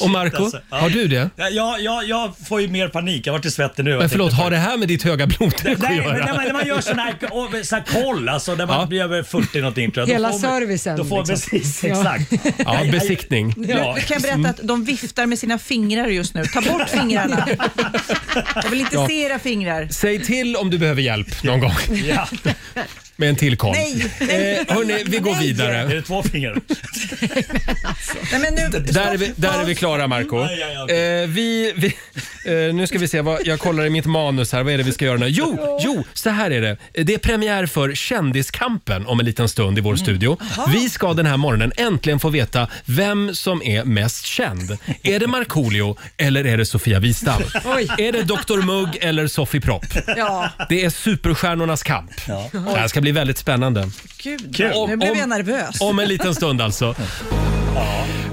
[SPEAKER 1] och Marco,
[SPEAKER 9] alltså. Ja.
[SPEAKER 1] har du det?
[SPEAKER 9] Ja, ja, ja, jag får ju mer panik. Jag vart i svettig nu. Jag
[SPEAKER 1] Men förlåt,
[SPEAKER 9] tänkte-
[SPEAKER 1] har det här med ditt höga blodtryck att
[SPEAKER 9] Nej, men
[SPEAKER 1] göra?
[SPEAKER 9] när man, när man gör sån här, och- så här koll, alltså när man
[SPEAKER 1] Ja.
[SPEAKER 9] blir över 40 någonting tror jag. då
[SPEAKER 2] Hela
[SPEAKER 9] får man-
[SPEAKER 2] servicen,
[SPEAKER 9] Då får
[SPEAKER 2] liksom.
[SPEAKER 9] precis,
[SPEAKER 2] Ja.
[SPEAKER 9] exakt.
[SPEAKER 1] Ja, besiktning.
[SPEAKER 9] Ja.
[SPEAKER 5] Du kan jag berätta att de viftar med sina fingrar just nu. Ta bort fingrarna. Jag vill inte
[SPEAKER 1] Ja.
[SPEAKER 5] se era fingrar.
[SPEAKER 1] Säg till om du behöver hjälp någon gång
[SPEAKER 9] Ja.
[SPEAKER 1] med en till karl.
[SPEAKER 5] Nej, nej,
[SPEAKER 1] Eh, hörni, vi går
[SPEAKER 5] nej.
[SPEAKER 9] Är
[SPEAKER 1] vidare.
[SPEAKER 9] det två fingrar?
[SPEAKER 5] Nej, men nu,
[SPEAKER 1] Där är vi, där är vi klara, Marco
[SPEAKER 9] Ja, ja, ja, okej.
[SPEAKER 1] eh, vi, vi, eh, Nu ska vi se, vad, jag kollar i mitt manus här. Vad är det vi ska göra nu? Jo, jo, så här är det. Eh, Det är premiär för Kändiskampen om en liten stund i vår studio. Vi ska den här morgonen äntligen få veta vem som är mest känd. Är det Markoolio eller är det Sofia Wistam? Är det Dr Mugg eller Sofie Propp?
[SPEAKER 5] Ja,
[SPEAKER 1] Det är superstjärnornas kamp. Det här ska bli väldigt spännande.
[SPEAKER 5] gud.
[SPEAKER 9] Kul.
[SPEAKER 5] Nu blev jag nervös.
[SPEAKER 1] Om en liten stund alltså.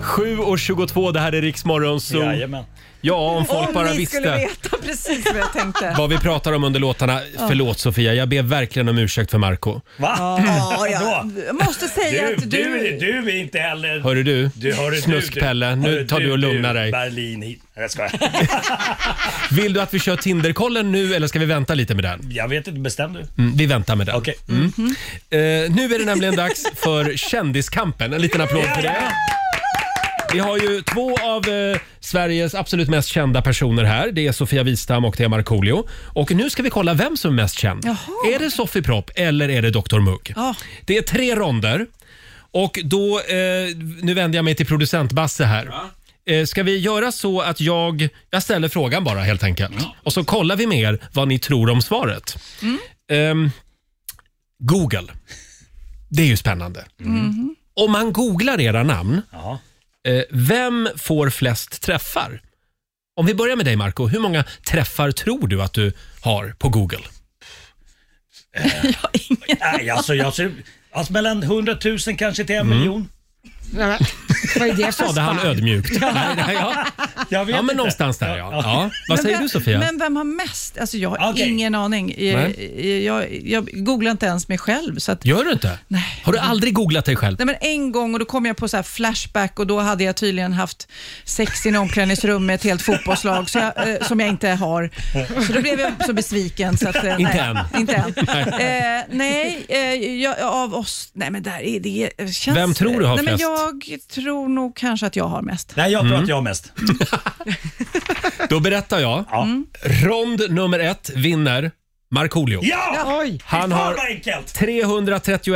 [SPEAKER 1] 7.22, det här är Riksmorgon så
[SPEAKER 9] Jajamän.
[SPEAKER 1] Ja, om folk bara
[SPEAKER 5] ni
[SPEAKER 1] visste
[SPEAKER 5] skulle veta precis vad jag tänkte.
[SPEAKER 1] vad vi pratar om under låtarna. Förlåt Sofia, jag ber verkligen om ursäkt för Marco
[SPEAKER 9] Va?
[SPEAKER 5] Ja, jag
[SPEAKER 9] Vadå?
[SPEAKER 5] jag måste säga
[SPEAKER 9] Du,
[SPEAKER 5] att
[SPEAKER 9] du,
[SPEAKER 5] du...
[SPEAKER 9] du är inte heller...
[SPEAKER 1] Hörru du,
[SPEAKER 9] Du, hörru, du,
[SPEAKER 1] snuskpelle, nu
[SPEAKER 9] hörru,
[SPEAKER 1] tar du och lugnar dig.
[SPEAKER 9] Berlin hit. Nej, Jag skojar.
[SPEAKER 1] Vill du att vi kör Tinderkollen nu eller ska vi vänta lite med den?
[SPEAKER 9] Jag vet inte, bestäm du.
[SPEAKER 1] Mm, vi väntar med den.
[SPEAKER 9] Okej.
[SPEAKER 1] Eh, nu är det nämligen dags för Kändiskampen. En liten applåd för det. Vi har ju två av eh, Sveriges absolut mest kända personer här. Det är Sofia Wistam och det är Markoolio. Och nu ska vi kolla vem som är mest känd. Är det Sofie Propp eller är det Dr Mugg?
[SPEAKER 5] Ja.
[SPEAKER 1] Det är tre ronder. Och då, eh, nu vänder jag mig till producent Basse här. Eh, Ska vi göra så att jag, jag ställer frågan bara helt enkelt. Och så kollar vi med er vad ni tror om svaret. Ehm, Google. Det är ju spännande. Om man googlar era namn,
[SPEAKER 9] Ja.
[SPEAKER 1] eh, vem får flest träffar? Om vi börjar med dig Marco, hur många träffar tror du att du har på Google?
[SPEAKER 9] Nej, alltså jag ser... Alltså mellan 100 000 kanske till en
[SPEAKER 1] Mm.
[SPEAKER 9] miljon.
[SPEAKER 2] Nej, men, vad är det för
[SPEAKER 1] Sade han
[SPEAKER 2] spann?
[SPEAKER 1] ödmjukt. Nej, nej, ja.
[SPEAKER 9] Jag vet
[SPEAKER 1] ja, men
[SPEAKER 9] inte.
[SPEAKER 1] någonstans där ja. ja. Vad säger
[SPEAKER 5] vem,
[SPEAKER 1] du Sofia?
[SPEAKER 5] Men vem har mest? Alltså jag har
[SPEAKER 9] Okej.
[SPEAKER 5] ingen aning. Jag, jag, jag googlar inte ens mig själv. Så att,
[SPEAKER 1] Gör du inte?
[SPEAKER 5] Nej.
[SPEAKER 1] Har du aldrig googlat dig själv?
[SPEAKER 5] Nej, men en gång och då kom jag på så här Flashback och då hade jag tydligen haft sex i en omklädningsrum med ett helt fotbollslag så jag, eh, som jag inte har. Så då blev jag så besviken. Så att, eh,
[SPEAKER 1] Inte
[SPEAKER 5] nej,
[SPEAKER 1] än.
[SPEAKER 5] Inte än. Eh, nej, eh, jag, av oss. Nej, men där är det känns,
[SPEAKER 1] Vem tror du har
[SPEAKER 5] nej, men
[SPEAKER 1] flest?
[SPEAKER 5] Jag tror nog kanske att jag har mest.
[SPEAKER 9] Nej, jag tror
[SPEAKER 1] Mm.
[SPEAKER 9] att jag mest.
[SPEAKER 1] Då berättar jag.
[SPEAKER 9] Ja.
[SPEAKER 1] Rond nummer ett vinner Markoolio.
[SPEAKER 9] Ja! Oj.
[SPEAKER 1] Han
[SPEAKER 9] Fan,
[SPEAKER 1] har
[SPEAKER 9] vad enkelt.
[SPEAKER 1] 331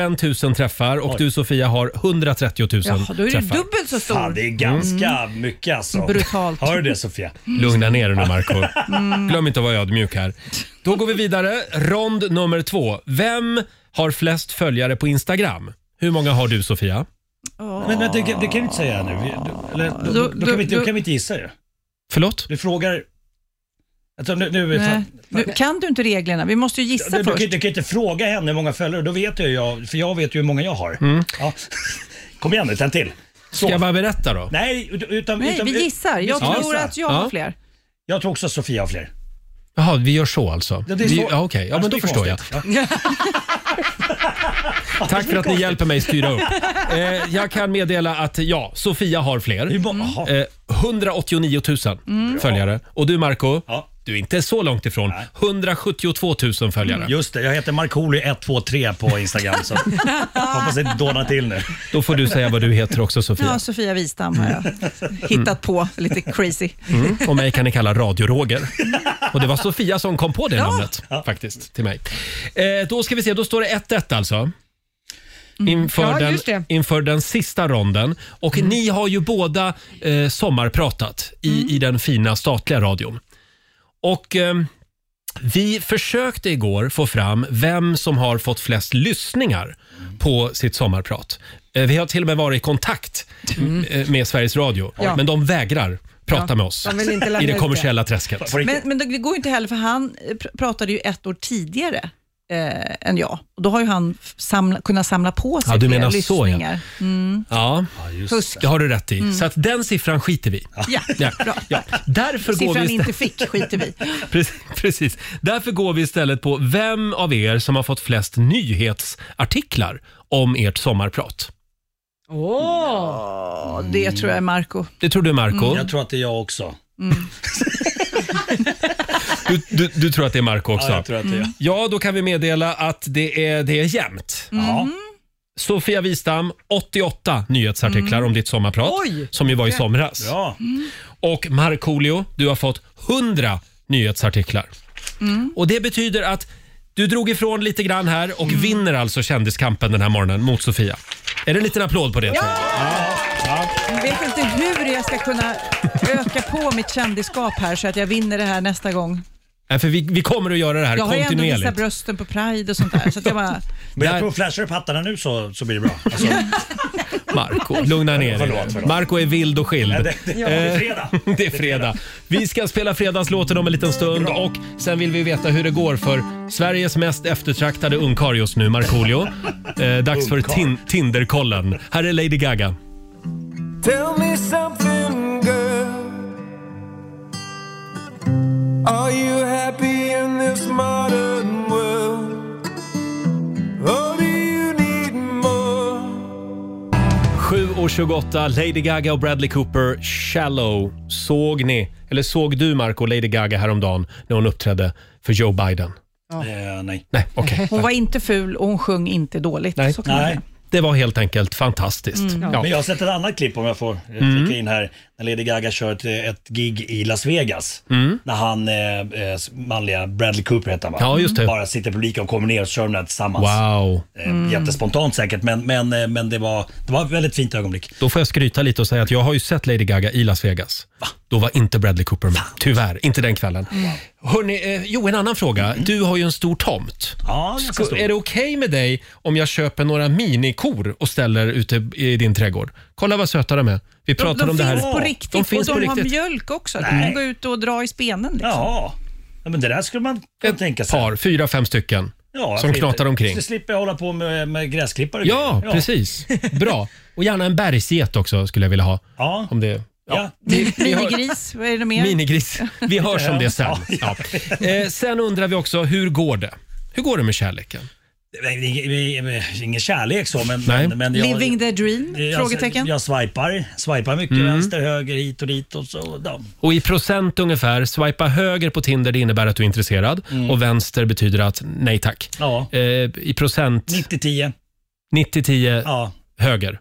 [SPEAKER 1] 000 träffar och du Sofia har 130 000
[SPEAKER 9] Jaha, då är det
[SPEAKER 1] träffar.
[SPEAKER 5] Dubbelt så stor.
[SPEAKER 9] Fan, det är ganska mycket alltså.
[SPEAKER 5] Brutalt.
[SPEAKER 9] Hör du det Sofia?
[SPEAKER 1] Lugna ner dig nu Marco. Glöm inte att vara ödmjuk här. Då går vi vidare. Rond nummer två. Vem har flest följare på Instagram? Hur många har du Sofia?
[SPEAKER 9] Men, men det, det kan vi inte säga nu. Vi- du- Eller, då, då, då, kan vi inte, då kan vi inte gissa ju.
[SPEAKER 1] Förlåt?
[SPEAKER 9] Du frågar... Alltså, nu, nu,
[SPEAKER 5] Nej.
[SPEAKER 9] fan,
[SPEAKER 5] Nu, kan du inte reglerna? Vi måste ju gissa
[SPEAKER 9] du, du, kan-
[SPEAKER 5] först.
[SPEAKER 9] du kan inte fråga henne hur många följare, då vet ju jag, för jag vet ju hur många jag har. Ja. Kom igen nu, tänd till.
[SPEAKER 1] Ska jag bara berätta då?
[SPEAKER 9] Nej, ut- utan,
[SPEAKER 5] Nej,
[SPEAKER 9] utan,
[SPEAKER 5] vi gissar. Jag
[SPEAKER 9] Ja.
[SPEAKER 5] tror att jag
[SPEAKER 1] Ja.
[SPEAKER 5] har fler.
[SPEAKER 9] Jag tror också att Sofia har fler.
[SPEAKER 1] Jaha, vi gör så alltså?
[SPEAKER 9] Ja, det är
[SPEAKER 1] Vi-
[SPEAKER 9] så-
[SPEAKER 1] ja, Okej, ja, men då
[SPEAKER 9] Annars blir
[SPEAKER 1] förstår
[SPEAKER 9] det
[SPEAKER 1] jag.
[SPEAKER 9] konstigt.
[SPEAKER 1] Tack för att ni hjälper mig styra upp. Eh, jag kan meddela att ja, Sofia har fler. Eh, 189 000 följare. Och du Marco, du är inte så långt ifrån. 172 000 följare.
[SPEAKER 9] Just det, jag heter Markoolio 123 på Instagram så hoppas det inte dånar till nu.
[SPEAKER 1] Då får du säga vad du heter också
[SPEAKER 5] Ja,
[SPEAKER 1] Sofia.
[SPEAKER 5] Sofia Wistam har jag hittat på. Lite crazy.
[SPEAKER 1] Mm. Och mig kan ni kalla Radio-Roger. Och det var Sofia som kom på det
[SPEAKER 5] Ja.
[SPEAKER 1] namnet faktiskt till mig. Eh, då ska vi se, då står det 1-1 alltså. Inför,
[SPEAKER 2] Ja, just
[SPEAKER 1] den,
[SPEAKER 2] det.
[SPEAKER 1] inför den sista ronden. Och ni har ju båda eh, sommarpratat i, i den fina statliga radion. Och eh, vi försökte igår få fram vem som har fått flest lyssningar på sitt sommarprat. Eh, vi har till och med varit i kontakt eh, med Sveriges Radio,
[SPEAKER 5] Mm. Ja.
[SPEAKER 1] men de vägrar prata
[SPEAKER 5] Ja,
[SPEAKER 1] med oss
[SPEAKER 5] de vill inte lämna
[SPEAKER 1] i det
[SPEAKER 5] ut
[SPEAKER 1] kommersiella träsket.
[SPEAKER 5] Men, men det går ju inte heller, för han eh, pr- pratade ju ett år tidigare eh, än jag. Och då har ju han f- samla, kunnat samla på sig
[SPEAKER 1] Ja, du
[SPEAKER 5] fler
[SPEAKER 1] menar så, ja.
[SPEAKER 5] lyssningar. Mm.
[SPEAKER 1] Ja,
[SPEAKER 5] Fusk.
[SPEAKER 1] det har du rätt i.
[SPEAKER 5] Mm.
[SPEAKER 1] Så att den siffran skiter vi i.
[SPEAKER 5] Ja,
[SPEAKER 1] Ja. Ja. Därför går vi
[SPEAKER 5] Siffran
[SPEAKER 1] istä-
[SPEAKER 5] inte fick skiter vi i.
[SPEAKER 1] Precis, precis. Därför går vi istället på vem av er som har fått flest nyhetsartiklar om ert sommarprat.
[SPEAKER 5] Åh, Det
[SPEAKER 1] Mm.
[SPEAKER 5] tror jag är Marco
[SPEAKER 1] Det tror du Marco
[SPEAKER 5] Mm.
[SPEAKER 9] Jag tror att det är jag också.
[SPEAKER 1] Du, du, du tror att det är Marco också?
[SPEAKER 9] Ja, jag tror att det är jag.
[SPEAKER 1] Ja, då kan vi meddela att det är, det är jämnt.
[SPEAKER 9] Mm. Ja.
[SPEAKER 5] Mm.
[SPEAKER 1] Sofia Wistam, 88 nyhetsartiklar
[SPEAKER 5] Mm.
[SPEAKER 1] om ditt sommarprat,
[SPEAKER 9] Oj!
[SPEAKER 1] som ju var i somras.
[SPEAKER 9] Bra.
[SPEAKER 1] Och Markoolio, du har fått 100 nyhetsartiklar.
[SPEAKER 5] Mm.
[SPEAKER 1] Och Det betyder att du drog ifrån lite grann här
[SPEAKER 5] Mm.
[SPEAKER 1] och vinner alltså kändiskampen den här morgonen mot Sofia. Är det en liten applåd på det? tror jag?
[SPEAKER 5] Jag vet inte hur jag ska kunna öka på mitt kändisskap här så att jag vinner det här nästa gång.
[SPEAKER 1] Nej, för vi, vi kommer att göra det här
[SPEAKER 5] Jag har ju ändå
[SPEAKER 1] kontinuerligt.
[SPEAKER 5] visat brösten på Pride och sånt där. Så att jag bara,
[SPEAKER 9] Men jag tror flashar du pattarna nu så, så blir det bra. Alltså,
[SPEAKER 1] Marco, lugna ner
[SPEAKER 9] Förlåt,
[SPEAKER 1] dig.
[SPEAKER 9] förlåt.
[SPEAKER 1] Marco är vild och skild.
[SPEAKER 9] Ja, det- det- ja, det är
[SPEAKER 1] Eh,
[SPEAKER 9] fredag.
[SPEAKER 1] det är fredag. Vi ska spela fredagslåten om en liten stund och sen vill vi veta hur det går för Sveriges mest eftertraktade ungkarl just nu, Markoolio. Eh, dags för tin- Tinderkollen. Här är Lady Gaga.
[SPEAKER 4] Tell me something, girl. Are you happy in this modern world? Or do you need more?
[SPEAKER 1] 7.28, Lady Gaga och Bradley Cooper, Shallow. Såg ni, eller såg du Marco Lady Gaga häromdagen när hon uppträdde för Joe Biden?
[SPEAKER 9] eh, nej.
[SPEAKER 1] Nej, okej.
[SPEAKER 5] hon var inte ful och hon sjöng inte dåligt.
[SPEAKER 1] Nej.
[SPEAKER 5] Så kan man
[SPEAKER 9] Nej.
[SPEAKER 5] säga.
[SPEAKER 1] Det var helt enkelt fantastiskt. Ja.
[SPEAKER 9] Men jag har sett ett annat klipp om jag får eh,
[SPEAKER 1] Mm.
[SPEAKER 9] flika in här. När Lady Gaga kör ett, eh, ett gig i Las Vegas. När han, eh, eh, manliga Bradley Cooper heter han va?
[SPEAKER 1] Mm. Ja, just det.
[SPEAKER 9] Bara sitter i publiken och kommer ner och kör de där tillsammans.
[SPEAKER 1] Wow.
[SPEAKER 9] Eh, Jättespontant säkert, men, men, eh, men det, var, det var ett väldigt fint ögonblick.
[SPEAKER 1] Då får jag skryta lite och säga att jag har ju sett Lady Gaga i Las Vegas. Då var inte Bradley Cooper med. Tyvärr, inte den kvällen.
[SPEAKER 5] Mm.
[SPEAKER 1] Hörrni, eh, jo, en annan fråga. Du har ju en stor tomt.
[SPEAKER 9] Ja, ganska
[SPEAKER 1] Sko-
[SPEAKER 9] stor.
[SPEAKER 1] Är det okej med dig om jag köper några minikor och ställer ute i din trädgård? Kolla vad söta de är. Vi
[SPEAKER 5] De,
[SPEAKER 1] pratade om det här.
[SPEAKER 5] finns på riktigt
[SPEAKER 1] De finns
[SPEAKER 5] och
[SPEAKER 1] på
[SPEAKER 5] de har
[SPEAKER 1] riktigt.
[SPEAKER 5] mjölk också. Du kan gå ut och dra i spenen. Liksom.
[SPEAKER 9] Jaha. Ja, men det där skulle man kunna tänka sig.
[SPEAKER 1] Par, fyra, fem stycken
[SPEAKER 9] Ja,
[SPEAKER 1] som
[SPEAKER 9] skit-
[SPEAKER 1] knatar omkring.
[SPEAKER 9] Så slipper jag hålla på med, med gräsklippare. och
[SPEAKER 1] Ja,
[SPEAKER 9] grejer.
[SPEAKER 1] precis. Bra. Och gärna en bergsget också skulle jag vilja ha.
[SPEAKER 9] Ja.
[SPEAKER 1] Om det...
[SPEAKER 9] Ja.
[SPEAKER 5] Minigris, vad är det mer?
[SPEAKER 1] Minigris. Vi hörs om det sen. Ja. Eh, sen undrar vi också, hur går det? Hur går det med kärleken?
[SPEAKER 9] Nej, det är- det är- det är Ingen kärlek så, men...
[SPEAKER 1] Nej.
[SPEAKER 9] men, men jag,
[SPEAKER 5] Living the dream?
[SPEAKER 9] jag,
[SPEAKER 5] frågetecken.
[SPEAKER 9] Jag swipar, swipar mycket vänster, höger, hit och dit och så. Ja.
[SPEAKER 1] Och i procent ungefär, swipa höger på Tinder det innebär att du är intresserad och vänster betyder att nej tack.
[SPEAKER 9] Mm. ja.
[SPEAKER 1] Eh, I procent
[SPEAKER 9] 90-10.
[SPEAKER 1] 90-10
[SPEAKER 9] Ja.
[SPEAKER 1] höger.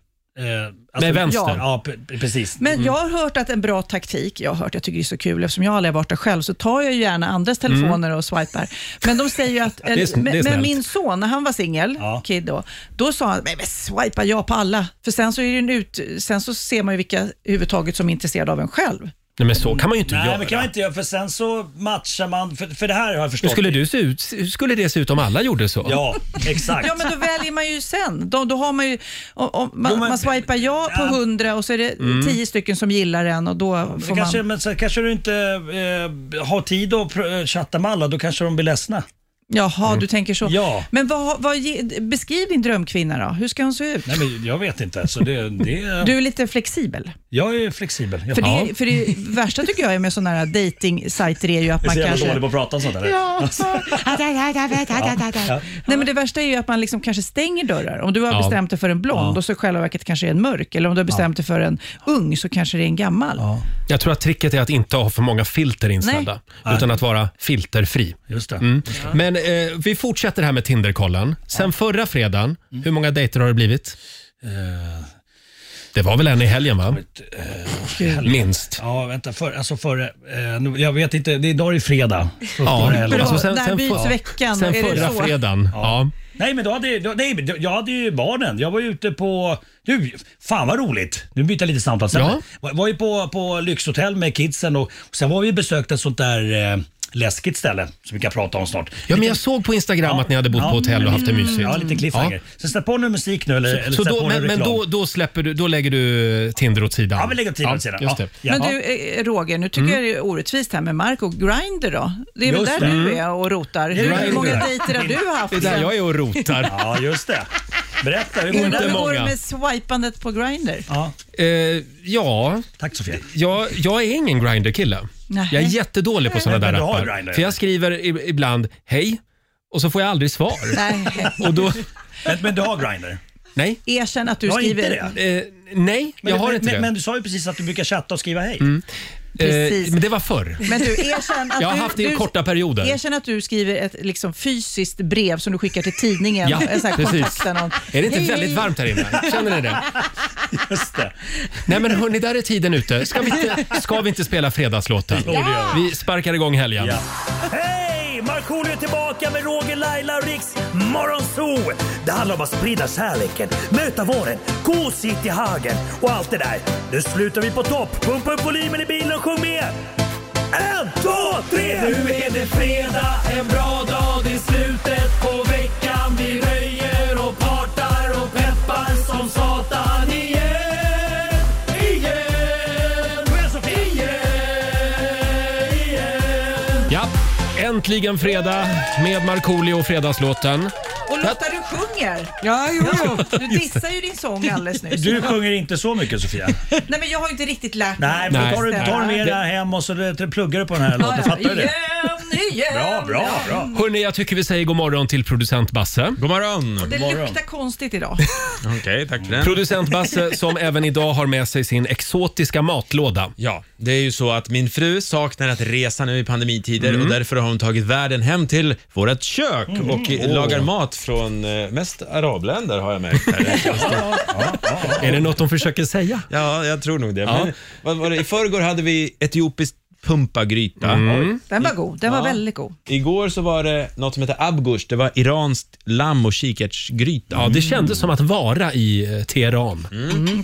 [SPEAKER 9] alltså-
[SPEAKER 5] Med vänster.
[SPEAKER 9] Ja, ja pre- precis.
[SPEAKER 5] Men jag har hört att en bra taktik, jag har hört, jag tycker det är så kul, eftersom jag aldrig har varit där själv, så tar jag ju gärna andras telefoner och swipar. Men de säger ju att,
[SPEAKER 9] Det är sn- det är
[SPEAKER 5] men- men
[SPEAKER 9] snällt.
[SPEAKER 5] min son, när han var singel, kid då, då sa han, nej men swipar jag på alla? För sen så, är det ju en ut, sen så ser man ju vilka överhuvudtaget som är intresserade av en själv.
[SPEAKER 1] Nej, men så kan man ju inte
[SPEAKER 9] Nej,
[SPEAKER 1] göra.
[SPEAKER 9] men kan man inte göra för sen så matchar man, för, för det här har jag
[SPEAKER 1] Men
[SPEAKER 9] förstått.
[SPEAKER 1] skulle, du se ut, skulle det se ut om alla gjorde så?
[SPEAKER 9] Ja, exakt.
[SPEAKER 5] Ja, men då väljer man ju sen. Då, då har man ju, om, om, man, man swipar ja på 100 och så är det
[SPEAKER 9] Mm.
[SPEAKER 5] 10 stycken som gillar en och då
[SPEAKER 9] Så
[SPEAKER 5] får
[SPEAKER 9] kanske,
[SPEAKER 5] man...
[SPEAKER 9] men så kanske du inte eh, har tid att pr- eh, chatta med alla, då kanske de blir ledsna.
[SPEAKER 5] Jaha, du tänker så.
[SPEAKER 9] Mm. Ja.
[SPEAKER 5] Men vad, vad, ge- beskriv din drömkvinna då. Hur ska hon se ut?
[SPEAKER 9] Nej, men jag vet inte. Så det, det,
[SPEAKER 5] Du är lite flexibel.
[SPEAKER 9] jag är flexibel.
[SPEAKER 5] För
[SPEAKER 9] Ja.
[SPEAKER 5] det, för det värsta tycker jag är med sådana här dejtingsajter är ju att
[SPEAKER 9] Jag är
[SPEAKER 5] man
[SPEAKER 9] så jävla
[SPEAKER 5] kanske...
[SPEAKER 9] dålig på att prata om sånt där.
[SPEAKER 5] Ja.
[SPEAKER 9] Ja.
[SPEAKER 5] Nej, men det värsta är ju att man liksom kanske stänger dörrar. Om du har
[SPEAKER 9] Ja.
[SPEAKER 5] bestämt dig för en blond
[SPEAKER 1] Ja.
[SPEAKER 5] och så i själva verket kanske det är en mörk. Eller om du har bestämt dig för en ung så kanske det är en gammal.
[SPEAKER 1] Jag tror att tricket är att inte ha för många filter inställda,
[SPEAKER 5] Nej.
[SPEAKER 1] utan att vara filterfri.
[SPEAKER 9] Just det.
[SPEAKER 1] Mm. Men eh, vi fortsätter här med Tinderkollen. Sen förra fredagen,
[SPEAKER 9] Mm.
[SPEAKER 1] hur många dejter har det blivit?
[SPEAKER 9] Eh,
[SPEAKER 1] Det var väl en i helgen va? Minst.
[SPEAKER 9] eh, Ja, vänta. För, alltså före... Eh, nu- jag vet inte. Det, idag är det fredag. Så
[SPEAKER 1] Ja,
[SPEAKER 9] står det helg.
[SPEAKER 1] alltså sen- När sen byts för- veckan? sen Är det förra så? fredagen. Ja.
[SPEAKER 9] Nej, men då hade, då, nej, men jag hade ju barnen. Jag var ju ute på... Du, fan vad roligt. Nu byter jag lite samtal. Sen
[SPEAKER 1] Ja.
[SPEAKER 9] var, var ju på, på lyxhotell med kidsen och, och sen var vi besökt ett sånt där eh, läskigt ställe som vi kan prata om snart.
[SPEAKER 1] Ja, men jag såg på Instagram att ni hade bott på hotell och haft det mysigt.
[SPEAKER 9] Ja, lite cliffhanger.
[SPEAKER 1] Ja.
[SPEAKER 9] Så sätt på nu musik nu eller, eller
[SPEAKER 1] Så
[SPEAKER 9] sätt på
[SPEAKER 1] då,
[SPEAKER 9] nu
[SPEAKER 1] men men
[SPEAKER 9] reklam.
[SPEAKER 1] då, då, släpper du, då lägger du Tinder åt sidan?
[SPEAKER 9] Ja, vi lägger Tinder åt sidan.
[SPEAKER 1] Just
[SPEAKER 9] Ja.
[SPEAKER 1] det.
[SPEAKER 5] Men du eh, Roger, nu tycker
[SPEAKER 9] Mm.
[SPEAKER 5] jag det är orättvist här med Marco. Grindr då? Det är
[SPEAKER 1] Just
[SPEAKER 5] väl där
[SPEAKER 1] det.
[SPEAKER 5] du är och rotar? Hur
[SPEAKER 1] Grindr.
[SPEAKER 5] många dejter har du haft?
[SPEAKER 1] Det är där
[SPEAKER 5] sen?
[SPEAKER 1] jag är och rotar.
[SPEAKER 9] ja, just det. Berätta, hur
[SPEAKER 5] Hur
[SPEAKER 1] går det?
[SPEAKER 5] hur går det
[SPEAKER 1] många.
[SPEAKER 5] med swipandet på Grindr?
[SPEAKER 9] Ja.
[SPEAKER 1] Eh, ja.
[SPEAKER 9] Tack Sofia.
[SPEAKER 1] Jag, jag är ingen Grindr-kille.
[SPEAKER 5] Nej.
[SPEAKER 1] Jag är jättedålig på såna
[SPEAKER 9] Men
[SPEAKER 1] där
[SPEAKER 9] du har
[SPEAKER 1] appar.
[SPEAKER 9] Grindr.
[SPEAKER 1] För jag skriver i- ibland hej och så får jag aldrig svar.
[SPEAKER 5] Nej.
[SPEAKER 1] Och då,
[SPEAKER 9] Men, men du har Grindr?
[SPEAKER 1] nej.
[SPEAKER 5] Erkänn att du
[SPEAKER 9] Jag har
[SPEAKER 5] skriver...
[SPEAKER 9] inte det.
[SPEAKER 1] Eh, nej,
[SPEAKER 9] Men,
[SPEAKER 1] jag har
[SPEAKER 9] men,
[SPEAKER 1] inte
[SPEAKER 9] men,
[SPEAKER 1] det.
[SPEAKER 9] Men du sa ju precis att du brukar chatta och skriva hej.
[SPEAKER 1] Mm.
[SPEAKER 5] Precis.
[SPEAKER 1] Eh, men det var förr.
[SPEAKER 5] Men du, erkänn att
[SPEAKER 1] Jag har
[SPEAKER 5] du,
[SPEAKER 1] haft det i
[SPEAKER 5] du,
[SPEAKER 1] korta perioder.
[SPEAKER 5] Erkänn att du skriver ett liksom, fysiskt brev som du skickar till tidningen.
[SPEAKER 1] Ja,
[SPEAKER 5] en sån här
[SPEAKER 1] precis.
[SPEAKER 5] kontakt där någon-
[SPEAKER 1] Är det inte
[SPEAKER 5] Hej.
[SPEAKER 1] väldigt varmt här inne? Känner ni det?
[SPEAKER 9] Just det.
[SPEAKER 1] Nej men hörni, där är tiden ute. Ska vi inte, ska vi inte spela fredagslåten?
[SPEAKER 9] Jo, det gör vi.
[SPEAKER 1] Vi sparkar igång helgen.
[SPEAKER 9] Hej! Markoolio är tillbaka med Roger, Laila och Riks Morgonzoo! Det handlar om att sprida kärleken, möta våren, gosigt i hagen och allt det där. Nu slutar vi på topp! Pumpa upp volymen i bilen och sjung med! En, två, tre! Nu är det fredag, en bra dag, det är slutet på veckan. Vi röjer och partar och peppar som satan igen, igen, igen, igen.
[SPEAKER 1] Ja, äntligen fredag med Markoolio och Fredagslåten.
[SPEAKER 5] Och Lotta, du sjunger.
[SPEAKER 2] Ja, jo, jo.
[SPEAKER 5] Du dissar ju din sång alldeles nyss.
[SPEAKER 9] Du sjunger inte så mycket Sofia.
[SPEAKER 5] Nej, men jag har ju inte riktigt lärt mig.
[SPEAKER 9] Nej, men då tar du, tar du med
[SPEAKER 1] Det-
[SPEAKER 9] det här hem och så det- pluggar du på den här låten. Fattar du det?
[SPEAKER 5] Igen, igen.
[SPEAKER 9] Bra, bra, bra.
[SPEAKER 1] Hörni, jag tycker vi säger god morgon till producent Basse.
[SPEAKER 6] God morgon.
[SPEAKER 5] Det luktar konstigt idag.
[SPEAKER 6] Okej, tack för den.
[SPEAKER 1] Producent Basse som även idag har med sig sin exotiska matlåda.
[SPEAKER 6] Ja, det är ju så att min fru saknar att resa nu i pandemitider och därför har hon tagit världen hem till vårt kök och eh, lagar mat från eh, mest arabländer har jag märkt. Här.
[SPEAKER 1] Är det något de försöker säga?
[SPEAKER 6] ja, jag tror nog det.
[SPEAKER 1] Ja.
[SPEAKER 6] Men, vad var det? I förrgår hade vi etiopiskt pumpagryta.
[SPEAKER 5] Den var god. Den var
[SPEAKER 6] Ja.
[SPEAKER 5] väldigt god.
[SPEAKER 6] Igår så var det något som heter abgush. Det var iranskt lamm och kikärtsgryta.
[SPEAKER 1] Ja, det kändes som att vara i eh, Teheran.
[SPEAKER 6] Mm.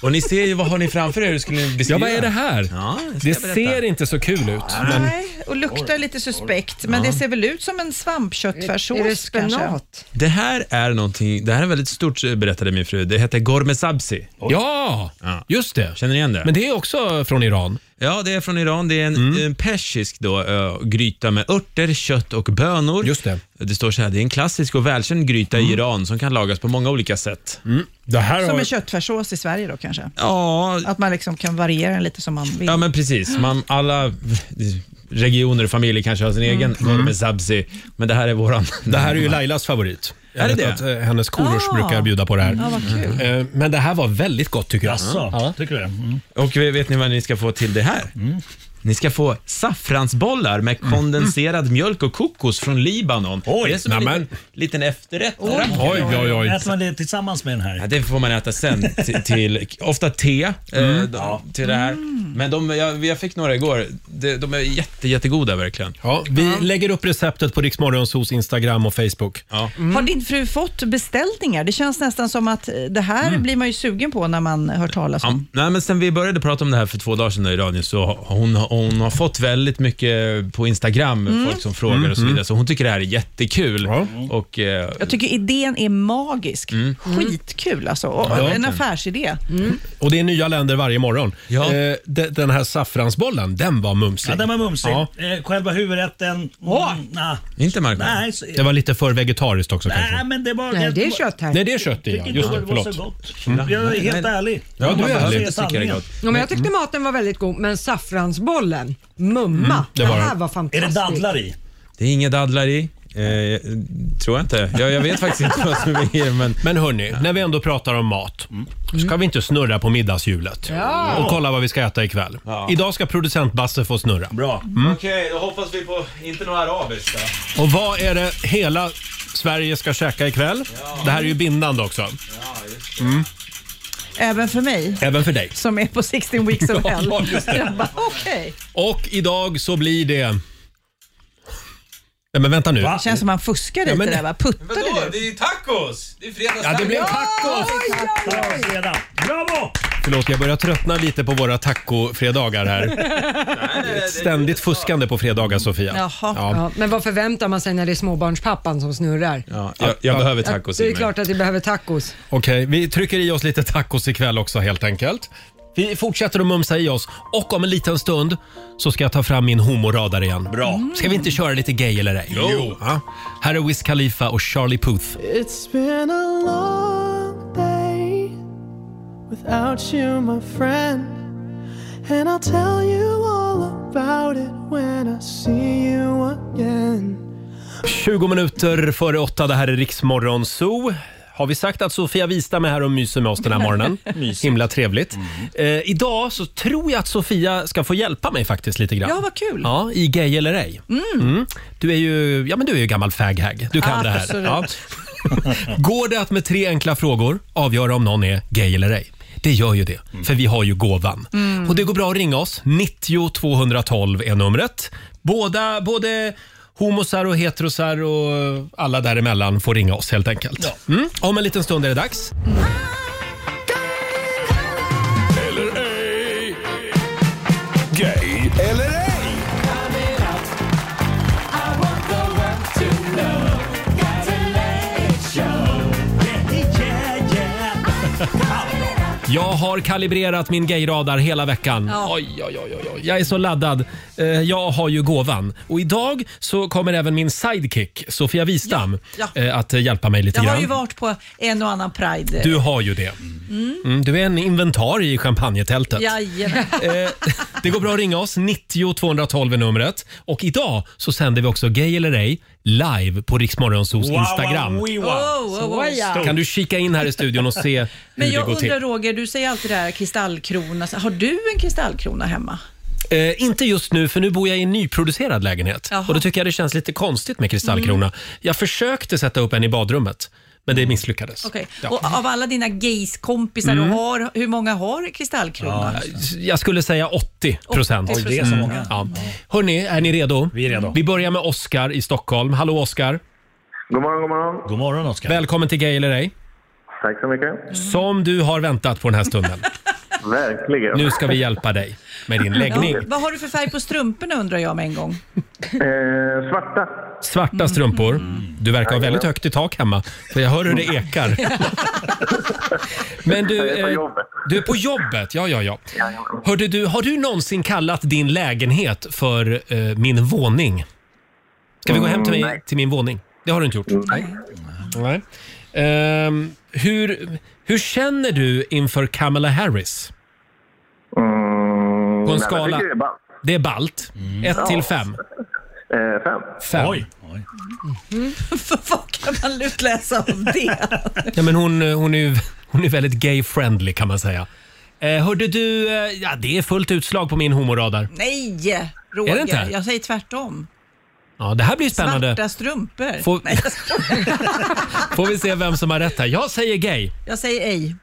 [SPEAKER 6] Och ni ser ju, vad har ni framför er? Hur skulle ni
[SPEAKER 1] Ja,
[SPEAKER 6] beskriva?
[SPEAKER 1] vad är det här?
[SPEAKER 6] Ja, det ska
[SPEAKER 1] Det
[SPEAKER 6] jag berätta. Ah.
[SPEAKER 1] ser inte så kul ut. Men
[SPEAKER 5] Nej, och luktar lite suspekt, men det ser väl ut som en svampköttfärssås
[SPEAKER 2] Är det
[SPEAKER 5] kanske.
[SPEAKER 2] spenat?
[SPEAKER 6] Det här är någonting, det här är väldigt stort eh, berättade min fru. Det heter gourmet sabzi.
[SPEAKER 1] ja,
[SPEAKER 6] Ja.
[SPEAKER 1] just det.
[SPEAKER 6] Känner ni igen det?
[SPEAKER 1] Men det är också från Iran.
[SPEAKER 6] Ja, det är från Iran. Det är en,
[SPEAKER 9] Mm.
[SPEAKER 6] en persisk då, ö, gryta med örter, kött och bönor.
[SPEAKER 1] Just det.
[SPEAKER 6] Det står så här, det är en klassisk och välkänd gryta i Iran som kan lagas på många olika sätt.
[SPEAKER 1] Det här
[SPEAKER 5] Som en köttfärssås i Sverige då kanske.
[SPEAKER 6] Ja,
[SPEAKER 5] Att man liksom kan variera den lite som man vill.
[SPEAKER 6] ja, men precis. Man, alla regioner och familjer kanske har sin
[SPEAKER 9] Mm.
[SPEAKER 6] egen gourmet sabzi, men det här är våran.
[SPEAKER 1] det här är ju Lailas favorit. Jag
[SPEAKER 6] Är det
[SPEAKER 1] vet
[SPEAKER 6] det?
[SPEAKER 1] Att eh, hennes korors
[SPEAKER 5] Ah.
[SPEAKER 1] brukar bjuda på det här.
[SPEAKER 5] Ja, vad kul.
[SPEAKER 1] Eh, Men det här var väldigt gott tycker jag.
[SPEAKER 9] Jaså,
[SPEAKER 1] Ja.
[SPEAKER 9] tycker du det? Mm.
[SPEAKER 6] Och vet ni vad ni ska få till det här? Ni ska få saffransbollar med kondenserad
[SPEAKER 9] Mm.
[SPEAKER 6] mjölk och kokos från Libanon. Oj, det är som en liten, liten efterrätt.
[SPEAKER 9] Oj, oj, oj. Äter man det tillsammans med den här?
[SPEAKER 6] Ja, det får man äta sen till, till ofta te eh,
[SPEAKER 9] Mm.
[SPEAKER 6] d- till det här. Men de, jag, jag fick några igår. De, de är jätte, jättegoda verkligen.
[SPEAKER 1] Ja, vi lägger upp receptet på Riksmorgonsos Instagram och Facebook.
[SPEAKER 2] Mm.
[SPEAKER 5] Har din fru fått beställningar? Det känns nästan som att eh, det här
[SPEAKER 1] Mm.
[SPEAKER 5] blir man ju sugen på när man hör talas om.
[SPEAKER 6] Ja, nej, men sen vi började prata om det här för två dagar sedan i radion så har- hon, hon har fått väldigt mycket på Instagram,
[SPEAKER 5] Mm.
[SPEAKER 6] folk som frågar
[SPEAKER 5] Mm,
[SPEAKER 6] och så vidare.
[SPEAKER 5] mm.
[SPEAKER 6] Så hon tycker det här är jättekul. Och, eh,
[SPEAKER 5] Jag tycker idén är magisk.
[SPEAKER 6] Mm.
[SPEAKER 5] Skitkul alltså. Och,
[SPEAKER 1] Ja,
[SPEAKER 5] en
[SPEAKER 1] verkligen.
[SPEAKER 5] affärsidé.
[SPEAKER 1] Och det är nya länder varje morgon. Eh, de, den här saffransbollen, den var mumsig.
[SPEAKER 9] Ja, den var mumsig.
[SPEAKER 1] Ja.
[SPEAKER 9] Eh, själva huvudrätten... Åh! Mm, nah.
[SPEAKER 1] Inte
[SPEAKER 9] Marco? Nej, så-
[SPEAKER 1] Det var lite för vegetariskt också kanske.
[SPEAKER 9] Nej, men det var...
[SPEAKER 2] Nej, det är kött här.
[SPEAKER 1] Nej, det är kött i, ja.
[SPEAKER 9] Tycker
[SPEAKER 1] Just
[SPEAKER 9] inte
[SPEAKER 1] det,
[SPEAKER 9] var så
[SPEAKER 1] förlåt.
[SPEAKER 9] gott.
[SPEAKER 1] Mm.
[SPEAKER 9] Jag är
[SPEAKER 1] Nej,
[SPEAKER 9] helt
[SPEAKER 1] nej.
[SPEAKER 9] ärlig.
[SPEAKER 1] Ja, du är
[SPEAKER 9] Man behöver
[SPEAKER 1] ärlig.
[SPEAKER 9] se
[SPEAKER 1] Jag tycker det är
[SPEAKER 9] sanningen.
[SPEAKER 1] gott.
[SPEAKER 2] Ja, men jag tyckte maten var väldigt god, men saffransbollen, mumma,
[SPEAKER 6] Mm, det
[SPEAKER 2] det,
[SPEAKER 6] var
[SPEAKER 2] här
[SPEAKER 6] den.
[SPEAKER 2] var fantastiskt.
[SPEAKER 9] i?
[SPEAKER 6] det är inget dadlar i. Eh, jag- tror jag inte. Jag, jag vet faktiskt inte vad som är i det, men...
[SPEAKER 1] Men hörni, när vi ändå pratar om mat.
[SPEAKER 9] Mm.
[SPEAKER 1] Ska vi inte snurra på middagshjulet?
[SPEAKER 6] Ja.
[SPEAKER 1] Och kolla vad vi ska äta ikväll. Idag ska producent Basse få snurra. Mm.
[SPEAKER 9] Bra.
[SPEAKER 6] Okej, då hoppas vi på inte några arabiska.
[SPEAKER 1] Och vad är det hela Sverige ska käka ikväll? Det här är ju bindande också. Mm.
[SPEAKER 5] Även för mig.
[SPEAKER 1] Även för dig.
[SPEAKER 5] Som är på 16 weeks of
[SPEAKER 1] Ja,
[SPEAKER 5] hell.
[SPEAKER 1] just det.
[SPEAKER 5] Jag bara, Okej.
[SPEAKER 1] Och idag så blir det... Nej men vänta nu.
[SPEAKER 5] Det känns som man fuskar lite
[SPEAKER 1] Ja, men-
[SPEAKER 5] där va? Puttade du?
[SPEAKER 6] Det är ju tacos! Det är fredags
[SPEAKER 1] Ja, det blev
[SPEAKER 5] tacos.
[SPEAKER 9] Fredag. Bravo!
[SPEAKER 1] Förlåt, jag börjar tröttna lite på våra tacofredagar här. Ständigt fuskande på fredagar, Sofia.
[SPEAKER 2] Jaha.
[SPEAKER 1] Ja.
[SPEAKER 2] Ja, men vad förväntar man sig när det är småbarnspappan som snurrar?
[SPEAKER 1] Ja,
[SPEAKER 6] jag- jag behöver
[SPEAKER 2] Att, det är klart att vi behöver tacos.
[SPEAKER 1] Okej, vi trycker i oss lite tacos ikväll också helt enkelt. Vi fortsätter att mumsa i oss och om en liten stund så ska jag ta fram min homoradar igen. Bra. Ska vi inte köra lite gay eller ej?
[SPEAKER 6] Jo.
[SPEAKER 1] Ja. Här är Wiz Khalifa och Charlie Puth.
[SPEAKER 4] It's been a long day without you, my friend. And I'll tell you all about it when I see you again.
[SPEAKER 1] 20 minuter före åtta, det här är Riksmorgon Zoo. Har vi sagt att Sofia Wistam är här och myser med oss den här morgonen? Himla trevligt. Eh, idag så tror jag att Sofia ska få hjälpa mig faktiskt lite grann.
[SPEAKER 5] Ja, vad kul.
[SPEAKER 1] Ja, i Gay eller ej. Mm. Du är ju, ja men du är ju gammal faghag. Du kan
[SPEAKER 5] Absolut.
[SPEAKER 1] det här. Ja. Går det att med tre enkla frågor avgöra om någon är gay eller ej? Det gör ju det, för vi har ju gåvan.
[SPEAKER 13] Mm.
[SPEAKER 1] Och det går bra att ringa oss. 90 212 är numret. Båda, både homosar och heterosar och alla däremellan får ringa oss helt enkelt. Mm. Om en liten stund är det dags.
[SPEAKER 3] Eller ej. Gay eller ej.
[SPEAKER 1] Jag har kalibrerat min gayradar hela veckan.
[SPEAKER 13] Ja.
[SPEAKER 1] Oj, oj, oj, oj, oj. Jag är så laddad. Eh, Jag har ju gåvan. Och idag så kommer även min sidekick, Sofia Wistam,
[SPEAKER 5] Ja,
[SPEAKER 1] eh, att eh, hjälpa mig lite
[SPEAKER 5] Jag har
[SPEAKER 1] grann.
[SPEAKER 5] ju varit på en och annan Pride.
[SPEAKER 1] Du har ju det.
[SPEAKER 5] Mm.
[SPEAKER 1] Mm, du är en inventarie i champagnetältet. Eh,
[SPEAKER 5] Jajamän.
[SPEAKER 1] Det går bra att ringa oss. 90 212 är numret. Och idag så sänder vi också Gay eller ej live på Riksmorgonsos
[SPEAKER 5] Wow, wow,
[SPEAKER 1] Instagram.
[SPEAKER 5] wow. Wow, wow, wow. Såja.
[SPEAKER 1] Kan du kika in här i studion och se hur
[SPEAKER 5] oh, Men
[SPEAKER 1] det
[SPEAKER 5] jag
[SPEAKER 1] går till?
[SPEAKER 5] undrar Roger, du säger alltid det här kristallkrona. Så Har du en kristallkrona hemma?
[SPEAKER 1] Eh, inte just nu, för nu bor jag i en nyproducerad lägenhet.
[SPEAKER 5] Jaha. Mm.
[SPEAKER 1] Och Då tycker jag det känns lite konstigt med kristallkrona. Jag försökte sätta upp en i badrummet, men det misslyckades.
[SPEAKER 5] Okej.
[SPEAKER 1] Ja.
[SPEAKER 5] Och av alla dina gays-kompisar
[SPEAKER 1] Mm.
[SPEAKER 5] du har, hur många har kristallkrona?
[SPEAKER 1] Eh, Jag skulle säga 80 procent. Mm.
[SPEAKER 5] 80%. Oj, det är så många.
[SPEAKER 1] Ja. Hörni, är ni redo? Vi är redo. Vi börjar med Oskar i Stockholm. Hallå Oskar!
[SPEAKER 14] God morgon, god morgon.
[SPEAKER 1] God morgon Oskar. Välkommen till Gay eller ej.
[SPEAKER 14] Tack så mycket.
[SPEAKER 5] Mm.
[SPEAKER 1] Som du har väntat på den här stunden.
[SPEAKER 14] Verkligen.
[SPEAKER 1] Nu ska vi hjälpa dig med din läggning.
[SPEAKER 5] Ja. Vad har du för färg på strumporna undrar jag med en gång.
[SPEAKER 14] Eh, svarta.
[SPEAKER 1] Svarta strumpor. Du verkar ha väldigt högt i tak hemma, för jag hör hur det ekar. Men du,
[SPEAKER 14] Jag är på
[SPEAKER 1] eh,
[SPEAKER 14] jobbet.
[SPEAKER 1] du är på jobbet. Ja, ja, ja. Hörde du, har du någonsin kallat din lägenhet för eh, min våning? Ska vi gå hem till,
[SPEAKER 14] Mm,
[SPEAKER 1] mig,
[SPEAKER 14] nej. Mm.
[SPEAKER 1] till min våning? Det har du inte gjort? Nej. nej. Ehm, hur, hur känner du inför Kamala Harris?
[SPEAKER 14] Mm,
[SPEAKER 1] På en
[SPEAKER 14] nej, men
[SPEAKER 1] skala?
[SPEAKER 14] Mm. Jag tycker det är ballt.
[SPEAKER 1] Det är balt. Ett
[SPEAKER 14] Ja.
[SPEAKER 1] till fem.
[SPEAKER 14] Eh, fem.
[SPEAKER 1] Fem.
[SPEAKER 5] Vad kan man utläsa av det?
[SPEAKER 1] eh, Ja, men hon, hon, är ju, hon är väldigt gay-friendly kan man säga. Eh, hörde du, eh, ja det är fullt utslag på min homoradar.
[SPEAKER 5] Nej, Roger.
[SPEAKER 1] Är det inte?
[SPEAKER 5] Jag säger tvärtom.
[SPEAKER 1] Ja, det här blir spännande.
[SPEAKER 5] Svarta strumpor.
[SPEAKER 1] Får-
[SPEAKER 5] Nej, jag skojar.
[SPEAKER 1] Får vi se vem som har rätt här. Jag säger gay.
[SPEAKER 5] jag säger ej.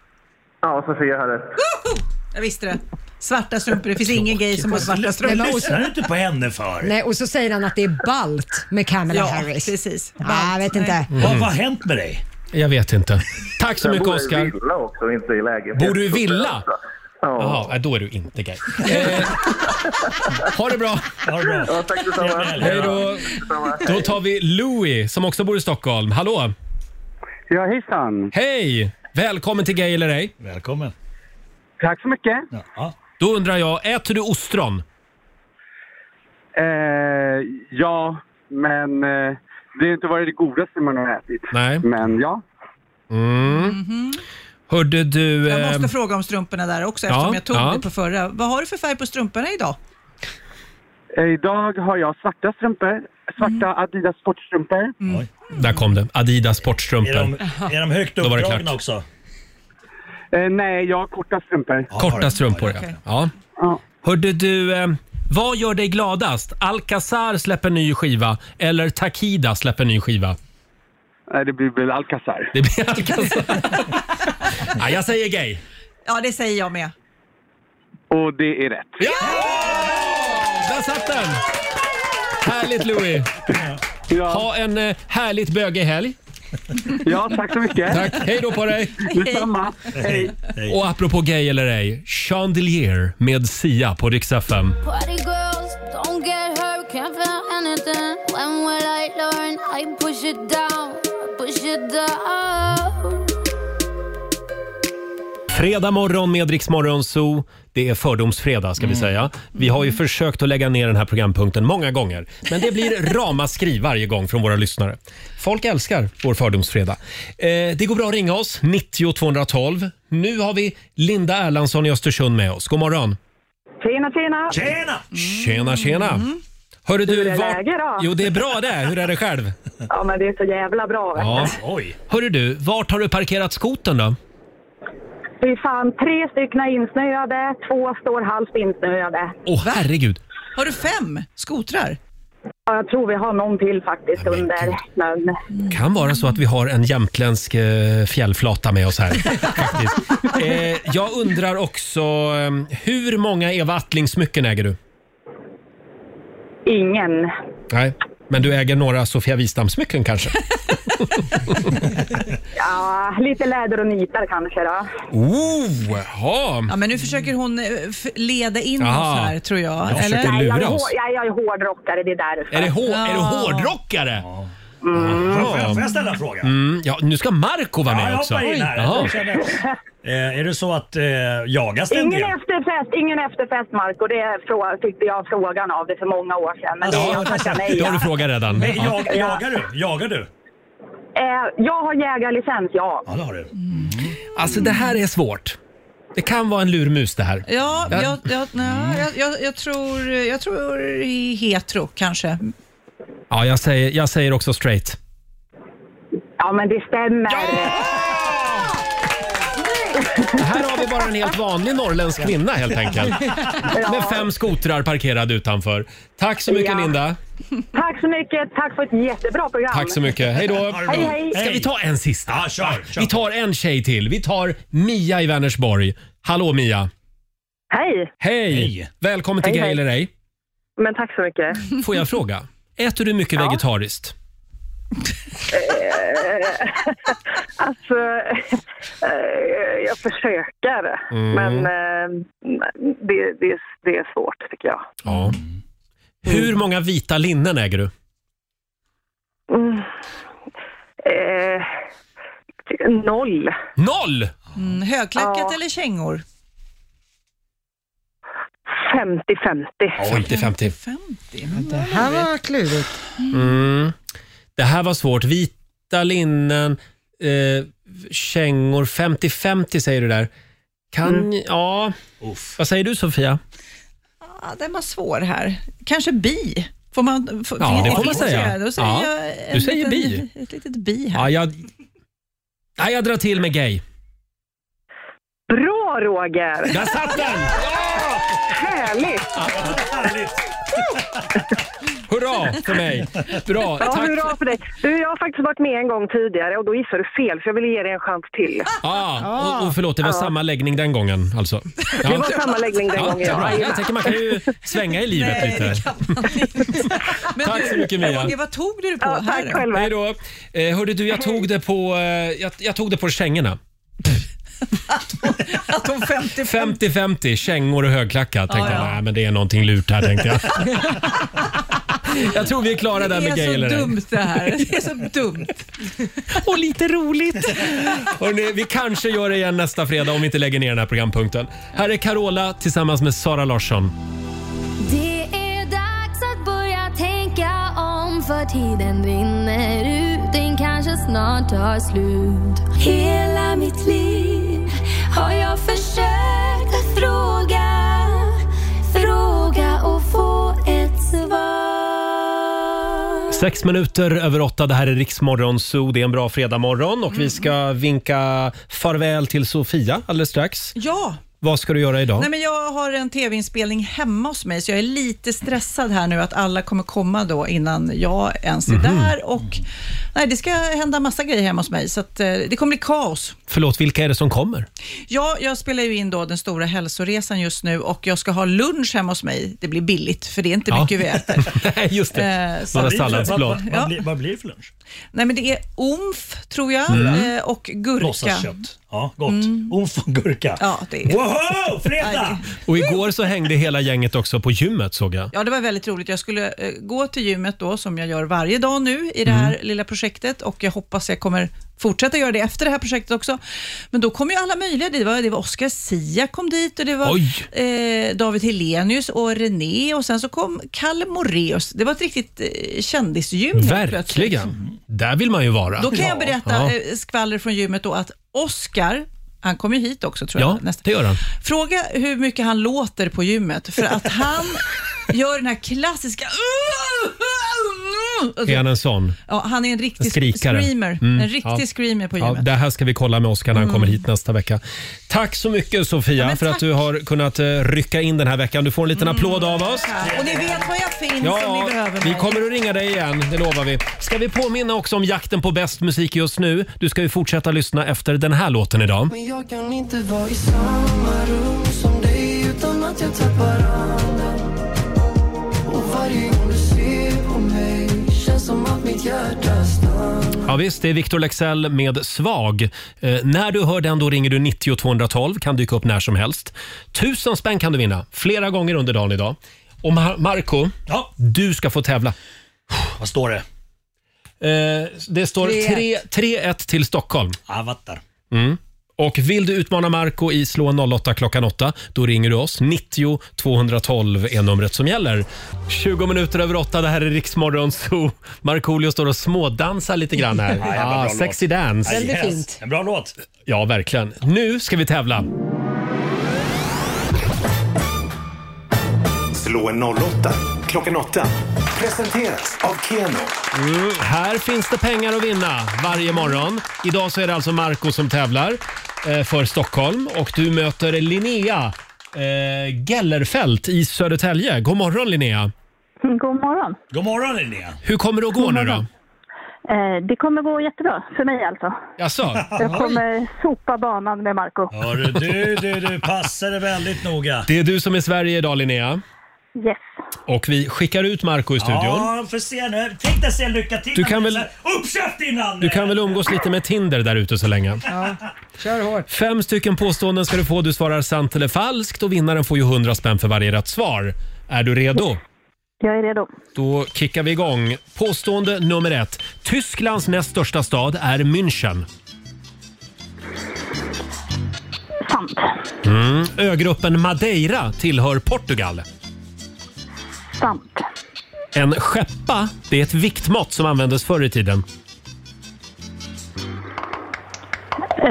[SPEAKER 14] Ja, Sofia har rätt.
[SPEAKER 5] Woho! Jag visste det. Svarta strumpor. Det finns ingen gay som har svarta strumpor.
[SPEAKER 9] Vad lyssnar du inte på henne för?
[SPEAKER 2] Nej, och så säger han att det är balt med Kamala
[SPEAKER 5] Ja,
[SPEAKER 2] Harris.
[SPEAKER 5] precis.
[SPEAKER 2] Ah, jag vet inte.
[SPEAKER 9] Vad, vad har hänt med dig?
[SPEAKER 1] Jag vet inte. Tack så
[SPEAKER 14] Jag
[SPEAKER 1] mycket
[SPEAKER 14] bor i
[SPEAKER 1] Oscar.
[SPEAKER 14] villa också, inte i lägenhet.
[SPEAKER 1] Bor du i villa?
[SPEAKER 14] Ja.
[SPEAKER 1] Jaha, nej, då är du inte gay. Eh, ha det bra.
[SPEAKER 9] Ha det bra.
[SPEAKER 14] Ja, tack detsamma.
[SPEAKER 1] Hej då. Då tar vi Louis som också bor i Stockholm. Hallå!
[SPEAKER 13] Ja, hejsan.
[SPEAKER 1] Hej! Välkommen till Gay eller ej.
[SPEAKER 9] Välkommen.
[SPEAKER 13] Tack så mycket.
[SPEAKER 1] Då undrar jag, äter du ostron?
[SPEAKER 13] Eh, ja, men eh, det har inte varit det godaste man har ätit.
[SPEAKER 1] Nej.
[SPEAKER 13] Men ja.
[SPEAKER 1] Mm. Hörde du...
[SPEAKER 5] Jag
[SPEAKER 1] ehm,
[SPEAKER 5] måste fråga om strumporna där också eftersom
[SPEAKER 1] ja,
[SPEAKER 5] jag tog
[SPEAKER 1] ja.
[SPEAKER 5] det på förra. Vad har du för färg på strumporna idag?
[SPEAKER 13] Eh, idag har jag svarta strumpor. Svarta
[SPEAKER 8] Mm.
[SPEAKER 13] Adidas sportstrumpor.
[SPEAKER 1] Där kom den. Adidas sportstrumpor.
[SPEAKER 9] Är de, är de högt
[SPEAKER 1] Då var det
[SPEAKER 9] uppdragna
[SPEAKER 1] klart.
[SPEAKER 9] också?
[SPEAKER 13] Eh, nej, jag har korta strumpor.
[SPEAKER 1] Korta strumpor, ja. ja. Hörde du, eh, vad gör dig gladast? Alcazar släpper ny skiva eller Takida släpper ny skiva?
[SPEAKER 13] Nej, det blir väl Alcazar.
[SPEAKER 1] Det blir Alcazar. ja, jag säger gay.
[SPEAKER 5] Ja, det säger jag med.
[SPEAKER 13] Och det är rätt.
[SPEAKER 1] Ja! Där satt den! Härligt Louis! Ha en eh, härligt bögig helg.
[SPEAKER 13] Ja, tack så mycket.
[SPEAKER 1] Tack. Hej då på dig!
[SPEAKER 13] Detsamma. Hej.
[SPEAKER 1] Och apropå gay eller ej, Chandelier med Sia på Rix FM.
[SPEAKER 10] Party girls, don't get hurt, can't feel anything. When will I learn? I push it down, push it down.
[SPEAKER 1] Fredag morgon med Rix Morgon Zoo. Det är fördomsfredag ska vi
[SPEAKER 8] Mm.
[SPEAKER 1] säga. Vi har ju försökt att lägga ner den här programpunkten många gånger. Men det blir ramaskri varje gång från våra lyssnare. Folk älskar vår fördomsfredag. Eh, det går bra att ringa oss, 90 212. Nu har vi Linda Erlandsson i Östersund med oss. God morgon.
[SPEAKER 8] Tjena, tjena!
[SPEAKER 9] Tjena!
[SPEAKER 1] Tjena, tjena. Hörru du,
[SPEAKER 8] Mm. Hur är
[SPEAKER 1] vart-
[SPEAKER 8] läget då?
[SPEAKER 1] Jo, det är bra det. Hur är det själv?
[SPEAKER 8] Ja, men det är så jävla bra. vet
[SPEAKER 1] Ja.
[SPEAKER 8] du.
[SPEAKER 9] Oj.
[SPEAKER 1] Hörru du, vart har du parkerat skoten då?
[SPEAKER 8] Det är fan tre stycken är insnöade, två står halvt insnöade.
[SPEAKER 1] Åh herregud.
[SPEAKER 5] Har du fem skotrar?
[SPEAKER 8] Ja, jag tror vi har någon till faktiskt under. Men
[SPEAKER 1] Kan vara så att vi har en jämtländsk eh, fjällflata med oss här. faktiskt. Eh, jag undrar också, eh, hur många Eva Attling-smycken äger du?
[SPEAKER 8] ingen.
[SPEAKER 1] Nej, men du äger några Sofia Wistam-smycken kanske?
[SPEAKER 8] Ja, lite läder och nitar kanske då.
[SPEAKER 1] Oh, ha.
[SPEAKER 5] Ja, men nu försöker hon eh, f- leda in
[SPEAKER 1] Aha.
[SPEAKER 5] oss här tror jag.
[SPEAKER 1] Jag försöker
[SPEAKER 5] eller?
[SPEAKER 1] lura
[SPEAKER 8] jag, är
[SPEAKER 1] oss.
[SPEAKER 8] hår- jag, jag är hårdrockare, det är därför.
[SPEAKER 1] Är, det hår, är du
[SPEAKER 5] Ja.
[SPEAKER 1] hårdrockare?
[SPEAKER 9] Får jag, får jag
[SPEAKER 1] Jaha.
[SPEAKER 9] ställa en fråga?
[SPEAKER 1] Mm, ja, nu ska Marco vara
[SPEAKER 9] Ja,
[SPEAKER 1] med
[SPEAKER 9] jag
[SPEAKER 1] också.
[SPEAKER 9] hoppar in här.
[SPEAKER 1] Jaha.
[SPEAKER 9] Jag känner- Eh, är det så att eh, jagas det en
[SPEAKER 8] Ingen
[SPEAKER 9] del?
[SPEAKER 8] efterfest, ingen efterfest Marco. Det frå- fick jag frågan av dig för många år sedan. Men det,
[SPEAKER 9] Ja,
[SPEAKER 8] jag tackar nej.
[SPEAKER 1] Då har du frågat redan.
[SPEAKER 9] Nej,
[SPEAKER 1] Ja.
[SPEAKER 9] jag, jagar du? Jagar du?
[SPEAKER 8] Eh, jag har jägarlicens, ja.
[SPEAKER 9] Ja, det har du.
[SPEAKER 1] Alltså det här är svårt. Det kan vara en lurmus det här.
[SPEAKER 5] Ja,
[SPEAKER 1] Ja.
[SPEAKER 5] jag, jag, nej, jag, jag, jag, tror, jag tror i hetero kanske.
[SPEAKER 1] Ja, jag säger, jag säger också straight.
[SPEAKER 8] Ja, men det stämmer.
[SPEAKER 1] Här har vi bara en helt vanlig norrländsk kvinna helt enkelt. Med fem skotrar parkerade utanför. Tack så mycket
[SPEAKER 8] Ja.
[SPEAKER 1] Linda.
[SPEAKER 8] Tack så mycket. Tack för ett jättebra program.
[SPEAKER 1] Tack så mycket. Hej då.
[SPEAKER 9] Ha det bra.
[SPEAKER 8] Hej, hej.
[SPEAKER 1] Ska vi ta en sista?
[SPEAKER 9] Ja, kör, kör.
[SPEAKER 1] Vi tar en tjej till. Vi tar Mia i Vänersborg. Hallå Mia.
[SPEAKER 8] Hej.
[SPEAKER 1] Hej!
[SPEAKER 9] Hej.
[SPEAKER 1] Välkommen till
[SPEAKER 8] Hej,
[SPEAKER 1] Gay
[SPEAKER 8] hej.
[SPEAKER 1] eller ej.
[SPEAKER 8] Men tack så mycket.
[SPEAKER 1] Får jag fråga? Äter du mycket vegetariskt?
[SPEAKER 8] Alltså, eh, jag försöker,
[SPEAKER 1] Mm.
[SPEAKER 8] men eh, det, det, det är svårt tycker jag.
[SPEAKER 1] Ja. Hur många vita linnen äger du?
[SPEAKER 8] Mm. Eh, noll.
[SPEAKER 1] Noll!
[SPEAKER 5] Mm, högklackat
[SPEAKER 8] Ja.
[SPEAKER 5] eller kängor?
[SPEAKER 8] 50-50.
[SPEAKER 1] 50-50.
[SPEAKER 5] 50.
[SPEAKER 2] Det här var klurigt.
[SPEAKER 1] Mm. Det här var svårt. Vita linnen, eh, kängor. 50-50 säger du där. Kan,
[SPEAKER 8] Mm.
[SPEAKER 1] ja.
[SPEAKER 9] Uff.
[SPEAKER 1] Vad säger du Sofia?
[SPEAKER 5] Ja, den var svår här. Kanske bi? Får man, får,
[SPEAKER 1] Ja, det får
[SPEAKER 5] finns
[SPEAKER 1] man säga.
[SPEAKER 5] Då säger
[SPEAKER 1] Ja.
[SPEAKER 5] jag en
[SPEAKER 1] Du säger
[SPEAKER 5] liten, bi. ett litet bi här.
[SPEAKER 1] Ja, jag, nej, jag drar till med gay.
[SPEAKER 8] Bra Roger!
[SPEAKER 1] Där satt den!
[SPEAKER 8] Härligt!
[SPEAKER 1] Hurra för mig! Bra,
[SPEAKER 8] Ja,
[SPEAKER 1] tack.
[SPEAKER 8] hurra för dig. Du, jag har faktiskt varit med en gång tidigare och då gissade du fel så jag ville ge dig en chans till.
[SPEAKER 1] Ah, och, och förlåt, det var
[SPEAKER 8] Ja.
[SPEAKER 1] samma läggning den gången alltså?
[SPEAKER 8] Det var samma läggning den gången,
[SPEAKER 1] ja.
[SPEAKER 8] ja.
[SPEAKER 1] bra. Jag
[SPEAKER 8] Jajamän.
[SPEAKER 1] tänker man kan ju svänga i livet
[SPEAKER 5] Nej,
[SPEAKER 1] lite.
[SPEAKER 5] Men
[SPEAKER 1] Tack så mycket, Mia.
[SPEAKER 5] Roger, vad tog du det på? här då?
[SPEAKER 1] Hej då. Eh, hörde du, jag tog det på, eh, jag, jag tog det på kängorna.
[SPEAKER 5] Att hon 50
[SPEAKER 1] 50-50, kängor och högklackat.
[SPEAKER 5] Ja,
[SPEAKER 1] Tänkte
[SPEAKER 5] ja.
[SPEAKER 1] jag, nej men det är någonting lurt här tänkte jag. jag tror vi är klara där med
[SPEAKER 5] Det är
[SPEAKER 1] Gaylor.
[SPEAKER 5] så dumt det här. Det är så dumt.
[SPEAKER 1] Och lite roligt. Hörrni, vi kanske gör det igen nästa fredag om vi inte lägger ner den här programpunkten. Här är Carola tillsammans med Sara Larsson.
[SPEAKER 10] Det är dags att börja tänka om för tiden rinner ut, den kanske snart tar slut. Hela mitt liv har jag försökt att fråga, fråga och få ett svar.
[SPEAKER 1] Sex minuter över åtta, det här är Riksmorgon Zoo. Det är en bra fredagmorgon och vi ska vinka farväl till Sofia alldeles strax.
[SPEAKER 5] Ja.
[SPEAKER 1] Vad ska du göra idag?
[SPEAKER 5] Nej, men jag har en tv-inspelning hemma hos mig, så jag är lite stressad här nu att alla kommer komma då innan jag ens är
[SPEAKER 1] Mhm.
[SPEAKER 5] där. Och, nej, det ska hända massa grejer hemma hos mig, så att, eh, det kommer bli kaos.
[SPEAKER 1] Förlåt, vilka är det som kommer?
[SPEAKER 5] Ja, jag spelar ju in då den stora hälsoresan just nu och jag ska ha lunch hemma hos mig. Det blir billigt, för det är inte
[SPEAKER 1] Ja.
[SPEAKER 5] mycket vi äter.
[SPEAKER 1] Nej, just det.
[SPEAKER 5] Eh, så-
[SPEAKER 1] Några
[SPEAKER 9] Vad,
[SPEAKER 1] salladsblad.
[SPEAKER 9] vad,
[SPEAKER 5] Ja.
[SPEAKER 9] blir, vad blir det för lunch?
[SPEAKER 5] Nej, men det är omf, tror jag,
[SPEAKER 9] Mm.
[SPEAKER 5] eh, och gurka.
[SPEAKER 9] Låtsaskött. Ja, gott.
[SPEAKER 1] Mm.
[SPEAKER 9] Omf och gurka.
[SPEAKER 5] Ja, det är...
[SPEAKER 9] Wow,
[SPEAKER 5] Nej,
[SPEAKER 9] fredag!
[SPEAKER 5] det-
[SPEAKER 1] Och igår så hängde hela gänget också på gymmet såg jag.
[SPEAKER 5] Ja, det var väldigt roligt. Jag skulle eh, gå till gymmet då, som jag gör varje dag nu i det här
[SPEAKER 1] Mm.
[SPEAKER 5] lilla projektet och jag hoppas jag kommer fortsätta göra det efter det här projektet också. Men då kom ju alla möjliga dit. Det var, det var Oscar Sia kom dit och det var
[SPEAKER 1] Oj.
[SPEAKER 5] eh, David Helenius och René och sen så kom Kalle Moreus. Det var ett riktigt eh, kändisgym helt plötsligt.
[SPEAKER 1] Verkligen. Där vill man ju vara.
[SPEAKER 5] Då kan jag berätta
[SPEAKER 1] Ja.
[SPEAKER 5] eh, skvaller från gymmet då att Oscar, han kommer ju hit också tror jag.
[SPEAKER 1] Ja, det gör han.
[SPEAKER 5] Fråga hur mycket han låter på gymmet för att han gör den här klassiska... uh,
[SPEAKER 1] Är han en sån?
[SPEAKER 5] Ja, han är en riktig
[SPEAKER 1] Skrikare.
[SPEAKER 5] screamer.
[SPEAKER 1] Mm,
[SPEAKER 5] En riktig
[SPEAKER 1] ja.
[SPEAKER 5] screamer på
[SPEAKER 1] Ja,
[SPEAKER 5] gymmet.
[SPEAKER 1] det här ska vi kolla med Oskar när han
[SPEAKER 5] Mm.
[SPEAKER 1] kommer hit nästa vecka. Tack så mycket Sofia för att du har kunnat eh, rycka in den här veckan. Du får en liten applåd av oss.
[SPEAKER 5] Och ni vet var jag finns om
[SPEAKER 1] Ja,
[SPEAKER 5] Mm. ni behöver
[SPEAKER 1] vi
[SPEAKER 5] mig.
[SPEAKER 1] kommer att ringa dig igen, det lovar vi. Ska vi påminna också om jakten på bäst musik just nu? Du ska ju fortsätta lyssna efter den här låten idag.
[SPEAKER 4] Men jag kan inte vara i samma rum som dig utan att jag tappar andan Och varje gång du ser på mig känns som att mitt hjärta stannar
[SPEAKER 1] Ja visst, det är Victor Lexell med Svag. Eh, när du hör den då ringer du 90 212, kan dyka upp när som helst. Tusen spänn kan du vinna, flera gånger under dagen idag. Och Mar- Marco, du ska få tävla. Eh,
[SPEAKER 9] Vad står det?
[SPEAKER 1] det står tre- 3-1 till Stockholm.
[SPEAKER 9] Avatar.
[SPEAKER 1] Mm. Och vill du utmana Marco i Slå 08 klockan 8, då ringer du oss. 90 212 är numret som gäller. 20 minuter över 8, det här är Riksmorgon Zoo. Markoolio står och smådansar lite grann här. Ah,
[SPEAKER 9] Ja, jävla bra låt.
[SPEAKER 1] sexy dance.
[SPEAKER 9] Ja, yes. En bra låt.
[SPEAKER 1] Ja, verkligen. Nu ska vi tävla.
[SPEAKER 3] Slå en 08 klockan 8. Presenteras av Keno.
[SPEAKER 1] Mm, här finns det pengar att vinna varje morgon. Idag så är det alltså Marco som tävlar eh, för Stockholm och du möter Linnea eh, Gellerfelt i Södertälje. God morgon Linnea!
[SPEAKER 15] God morgon.
[SPEAKER 9] God morgon Linnea!
[SPEAKER 1] Hur kommer det att gå nu då?
[SPEAKER 15] Eh, det kommer gå jättebra, för mig alltså.
[SPEAKER 1] Jaså?
[SPEAKER 15] Jag kommer sopa banan med Marco.
[SPEAKER 9] Hörru, du, du, du, passa dig väldigt noga.
[SPEAKER 1] Det är du som är Sverige idag Linnea.
[SPEAKER 15] Yes.
[SPEAKER 1] Och vi skickar ut Marco i studion.
[SPEAKER 9] Ja, får se nu. Tänk dig säga lycka till.
[SPEAKER 1] Du kan väl-
[SPEAKER 9] Så här, Upp käft innan!
[SPEAKER 1] Du kan väl umgås lite med Tinder där ute så länge?
[SPEAKER 2] Ja, kör hårt.
[SPEAKER 1] Fem stycken påståenden ska du få. Du svarar sant eller falskt och vinnaren får ju 100 spänn för varje rätt svar. Är du redo?
[SPEAKER 15] Jag är redo.
[SPEAKER 1] Då kickar vi igång. Påstående nummer ett. Tysklands näst största stad är München.
[SPEAKER 15] Sant.
[SPEAKER 1] Mm. Ögruppen Madeira tillhör Portugal.
[SPEAKER 15] Sant.
[SPEAKER 1] En skeppa, det är ett viktmått som användes förr i tiden.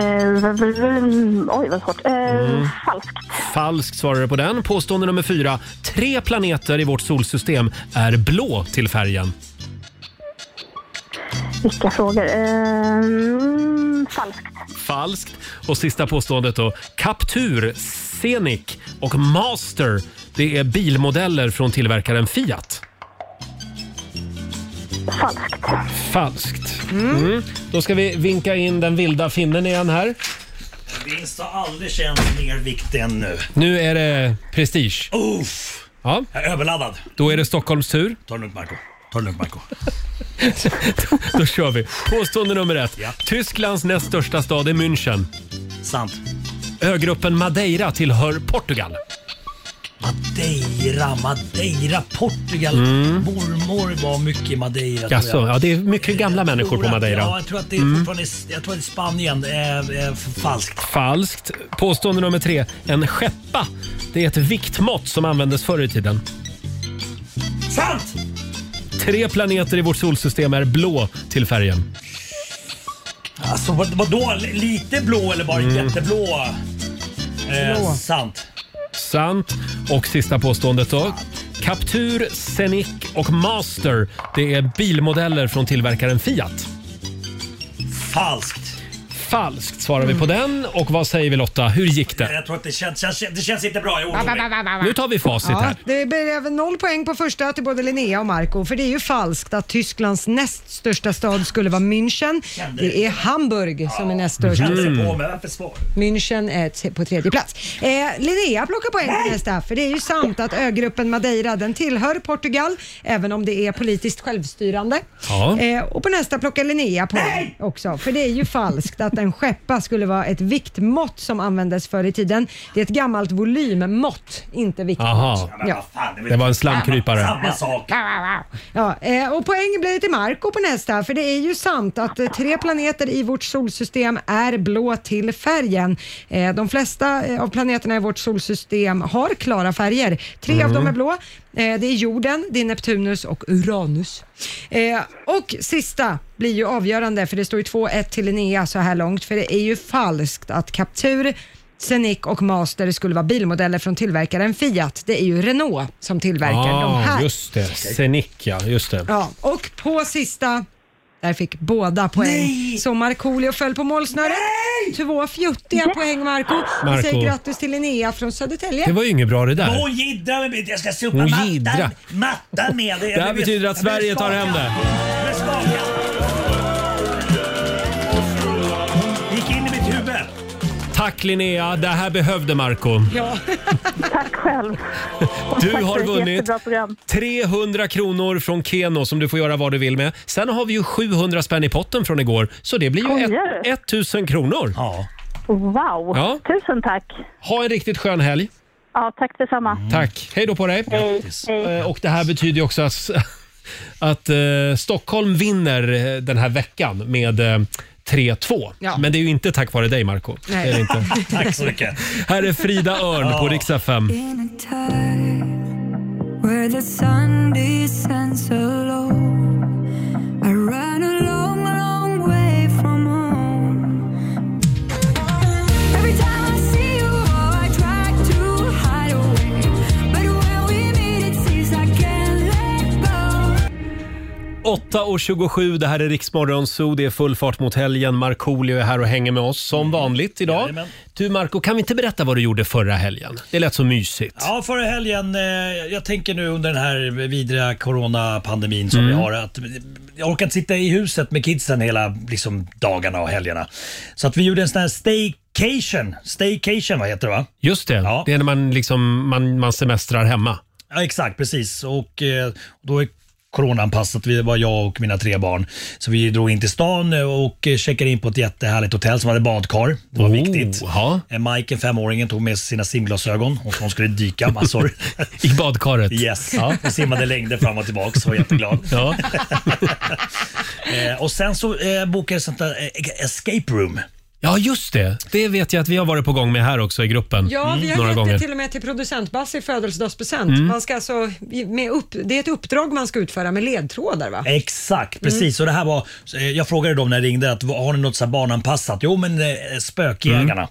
[SPEAKER 15] Eh, v- v- v- oj, vad svårt. Eh,
[SPEAKER 1] Mm.
[SPEAKER 15] Falskt.
[SPEAKER 1] Falskt svarar du på den. Påstående nummer fyra. Tre planeter i vårt solsystem är blå till färgen.
[SPEAKER 15] Vilka frågor? Eh, mm, falskt.
[SPEAKER 1] falskt. Och sista påståendet då. Captur, Scenic och Master. Det är bilmodeller från tillverkaren Fiat.
[SPEAKER 15] Falskt.
[SPEAKER 1] Falskt. Mm. Då ska vi vinka in den vilda finnen igen här.
[SPEAKER 9] Vinst har aldrig känts mer viktig än nu.
[SPEAKER 1] Nu är det prestige.
[SPEAKER 9] Uff.
[SPEAKER 1] Ja.
[SPEAKER 9] Jag är överladdad.
[SPEAKER 1] Då är det Stockholms tur.
[SPEAKER 9] Ta det lugnt Marco. Ta det lugnt Marco.
[SPEAKER 1] Då kör vi. Påstående nummer ett. Tysklands näst största stad är München.
[SPEAKER 9] Sant.
[SPEAKER 1] Ögruppen Madeira tillhör Portugal.
[SPEAKER 9] Madeira, Madeira, Portugal.
[SPEAKER 1] Mm.
[SPEAKER 9] Mormor var mycket i Madeira. tror
[SPEAKER 1] Jaså,
[SPEAKER 9] jag.
[SPEAKER 1] ja, det är mycket gamla människor
[SPEAKER 9] tror
[SPEAKER 1] på
[SPEAKER 9] att-
[SPEAKER 1] Madeira.
[SPEAKER 9] Ja, jag tror att det är
[SPEAKER 1] Mm.
[SPEAKER 9] fortfarande jag tror att det är Spanien. Eh, eh, f- falskt.
[SPEAKER 1] Falskt. Påstående nummer tre. En skeppa. Det är ett viktmått som användes förr i tiden.
[SPEAKER 9] Sant!
[SPEAKER 1] Tre planeter i vårt solsystem är blå till färgen.
[SPEAKER 9] Alltså vad, vadå? L- Lite blå eller
[SPEAKER 1] Mm.
[SPEAKER 9] bara jätteblå? Eh,
[SPEAKER 1] Blå.
[SPEAKER 9] Sant.
[SPEAKER 1] Sant. Och sista påståendet då. Captur, Scenic och Master. Det är bilmodeller från tillverkaren Fiat.
[SPEAKER 9] Falskt.
[SPEAKER 1] Falskt svarar vi på
[SPEAKER 2] Mm.
[SPEAKER 1] den. Och vad säger vi Lotta? Hur gick det?
[SPEAKER 9] Eh, Jag tror att det känns, känns, det känns inte bra. Jag är orolig.
[SPEAKER 1] Nu tar vi facit här.
[SPEAKER 2] Det blev noll poäng på första till både Linnea och Marco för det är ju falskt att Tysklands näst största stad skulle vara München. Det är Hamburg som är näst störst.
[SPEAKER 9] Jag ser
[SPEAKER 1] Mm.
[SPEAKER 9] på mig. Varför svar?
[SPEAKER 2] München är t- på tredje plats. Eh, Linnea plockar poäng på nästa, för det är ju sant att ögruppen Madeira den tillhör Portugal, även om det är politiskt självstyrande.
[SPEAKER 1] Ja.
[SPEAKER 2] Eh, och på nästa plockar Linnea poäng också, för det är ju falskt att en skeppa skulle vara ett viktmått som användes förr i tiden. Det är ett gammalt volymmått, inte viktmått.
[SPEAKER 1] Aha. Det var en slamkrypare.
[SPEAKER 9] Samma sak.
[SPEAKER 2] Ja, eh, och poäng blir till Marco på nästa, för det är ju sant att eh, tre planeter i vårt solsystem är blå till färgen. Eh, De flesta eh, av planeterna i vårt solsystem har klara färger. Tre av
[SPEAKER 16] Mm.
[SPEAKER 2] dem är blå. Eh, Det är jorden, det är Neptunus och Uranus. Eh, Och sista blir ju avgörande, för det står ju 2-1 till Linnea så här långt, för det är ju falskt att Captur Scenic och Master skulle vara bilmodeller från tillverkaren Fiat. Det är ju Renault som tillverkar de här.
[SPEAKER 1] Ah, just det. Scenic, ja. Just det.
[SPEAKER 2] Ja, och på sista, där fick båda poäng. Så Markoolio föll på målsnöret. Två fjuttiga poäng Marco. Vi
[SPEAKER 1] Marco.
[SPEAKER 2] säger grattis till Linnea från Södertälje.
[SPEAKER 1] Det var ju inget bra det där.
[SPEAKER 9] Hon jiddrar med mig. Jag ska supa
[SPEAKER 1] Hon
[SPEAKER 9] mattan,
[SPEAKER 1] jiddrar.
[SPEAKER 9] mattan med dig.
[SPEAKER 1] Det här betyder att Sverige tar hem det.
[SPEAKER 9] gick in i mitt huvud.
[SPEAKER 1] Tack Linnea, det här behövde Marco.
[SPEAKER 2] Ja.
[SPEAKER 15] Tack själv. Och
[SPEAKER 1] Du
[SPEAKER 15] tack
[SPEAKER 1] har
[SPEAKER 15] för ett
[SPEAKER 1] vunnit.
[SPEAKER 15] jättebra program.
[SPEAKER 1] 300 kronor från Keno som du får göra vad du vill med. Sen har vi ju 700 spänn i potten från igår, så det blir ju
[SPEAKER 15] Skojar
[SPEAKER 1] ett, 1000 kronor.
[SPEAKER 9] Ja.
[SPEAKER 15] Wow.
[SPEAKER 1] Ja.
[SPEAKER 15] Tusen tack.
[SPEAKER 1] Ha en riktigt skön helg. Mm.
[SPEAKER 15] Ja, tack detsamma.
[SPEAKER 1] Tack. Hej då på dig. Eh, Och det här betyder ju också att, att eh, Stockholm vinner eh, den här veckan med eh, 3-2.
[SPEAKER 9] Ja.
[SPEAKER 1] Men det är ju inte tack vare dig Marco.
[SPEAKER 9] Nej.
[SPEAKER 1] Det är det inte.
[SPEAKER 9] Tack så mycket.
[SPEAKER 1] Här är Frida Örn på Rix FM.
[SPEAKER 16] In a time where the sun descends low, I ran a long, long way from home. Every time I see you, oh, I try to hide away, but when we meet, it seems I can't let go.
[SPEAKER 1] 8.27, det här är Riksmorgon Zoo. Det är full fart mot helgen. Markoolio är här och hänger med oss som vanligt idag. Du Marco, kan vi inte berätta vad du gjorde förra helgen? Det lät så mysigt.
[SPEAKER 9] Ja, förra helgen. eh, Jag tänker nu under den här vidriga coronapandemin som
[SPEAKER 1] Mm.
[SPEAKER 9] vi har att jag orkar inte sitta i huset med kidsen hela liksom, dagarna och helgerna. Så att vi gjorde en sån här staycation. Staycation, vad heter det va?
[SPEAKER 1] Just det, det är när man, liksom, man, man semestrar hemma.
[SPEAKER 9] Ja, exakt, precis. Och eh, då är coronaanpassat. Vi var jag och mina tre barn. Så vi drog in till stan eh, och eh, checkade in på ett jättehärligt hotell som hade badkar. Det var viktigt. Eh, Mike, femåringen, tog med sig sina simglasögon och hon skulle dyka massor.
[SPEAKER 1] I badkaret?
[SPEAKER 9] Yes, och simmade längder fram och tillbaka och var jätteglad.
[SPEAKER 1] Ja.
[SPEAKER 9] eh, och sen så eh, bokade jag sånt där eh, escape room.
[SPEAKER 1] Ja, just det. Det vet jag att vi har varit på gång med här också i gruppen.
[SPEAKER 2] Ja, vi har
[SPEAKER 1] Mm, några
[SPEAKER 2] gett
[SPEAKER 1] gånger.
[SPEAKER 2] det till och med till producent Bass i födelsedagspresent.
[SPEAKER 1] Mm.
[SPEAKER 2] Man ska alltså, med upp, det är ett uppdrag man ska utföra med ledtrådar va?
[SPEAKER 9] Exakt, precis. Och det här var, eh, jag frågade dem när jag ringde, att, har ni något så här barnanpassat? Jo, men eh, spökjägarna.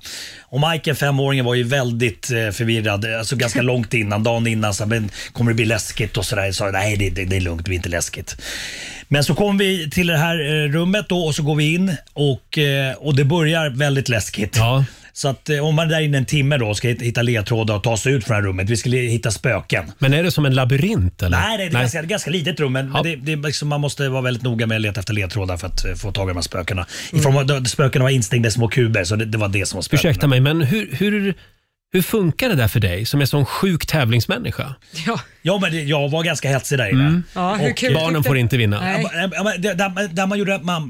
[SPEAKER 9] Och Mike, femåringen, var ju väldigt eh, förvirrad, eh, alltså ganska långt innan, dagen innan. Så, här, men, kommer det bli läskigt? Och sådär. Jag sa, nej det, det, det är lugnt, det blir inte läskigt. Men så kom vi till det här eh, rummet då, och så går vi in och, eh, och det börjar börjar väldigt läskigt. Så att eh, om man är där inne en timme då ska hit- hitta ledtrådar och ta sig ut från det här rummet. Vi skulle hitta spöken.
[SPEAKER 1] Men är det som en labyrint eller?
[SPEAKER 9] Nej, det är ett ganska, ganska litet rum, men det, det är liksom, man måste vara väldigt noga med att leta efter ledtrådar för att eh, få tag i de här spökena. I form av, de- spökena var instängda i små kuber, så det, det var det som var spökena.
[SPEAKER 1] Ursäkta mig, men hur, hur, hur funkar det där för dig som är sån sjuk tävlingsmänniska?
[SPEAKER 2] Ja.
[SPEAKER 9] ja, men det, jag var ganska hetsig där inne.
[SPEAKER 1] Mm. Ja, hur kul Barnen tyckte- får inte vinna. Nej.
[SPEAKER 9] Ja, men- ja, men det- Där, där man, gjorde, man,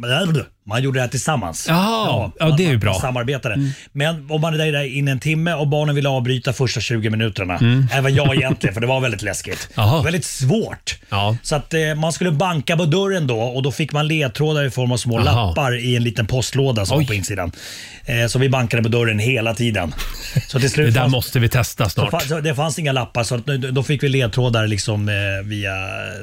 [SPEAKER 9] man gjorde det här tillsammans.
[SPEAKER 1] Jaha, ja, det är ju
[SPEAKER 9] man-
[SPEAKER 1] bra. Mm.
[SPEAKER 9] Man samarbetade. Men om man är där inne en timme och barnen vill avbryta första 20 minuterna,
[SPEAKER 1] Mm.
[SPEAKER 9] även jag egentligen, för det var väldigt läskigt.
[SPEAKER 1] Jaha.
[SPEAKER 9] Väldigt svårt. Så att eh, man skulle banka på dörren då och då fick man ledtrådar i form av små
[SPEAKER 1] Jaha.
[SPEAKER 9] lappar i en liten postlåda som var på insidan. Eh, så vi bankade på dörren hela tiden. Så till slut
[SPEAKER 1] Det där
[SPEAKER 9] fanns-
[SPEAKER 1] måste vi testa
[SPEAKER 9] så
[SPEAKER 1] snart.
[SPEAKER 9] fanns, så det fanns inga lappar så att, nu- då fick vi ledtrådar liksom, eh, via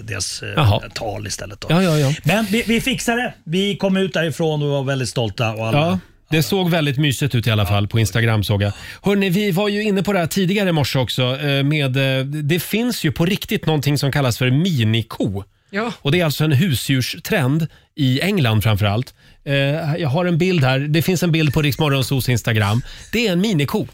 [SPEAKER 9] deras eh,
[SPEAKER 1] Jaha.
[SPEAKER 9] tal istället. Då.
[SPEAKER 1] Ja, ja, ja.
[SPEAKER 9] Men vi, vi fixade det. Vi kom ut därifrån och var väldigt stolta. Och alla,
[SPEAKER 1] Ja, det såg väldigt mysigt ut i alla fall på Instagram såg jag. Hörni, vi var ju inne på det här tidigare i morse också. eh, Med, eh, det finns ju på riktigt någonting som kallas för miniko.
[SPEAKER 2] Ja.
[SPEAKER 1] Och det är alltså en husdjurstrend i England framför allt. Eh, Jag har en bild här. Det finns en bild på Rix Morgonzos Instagram. Det är en miniko.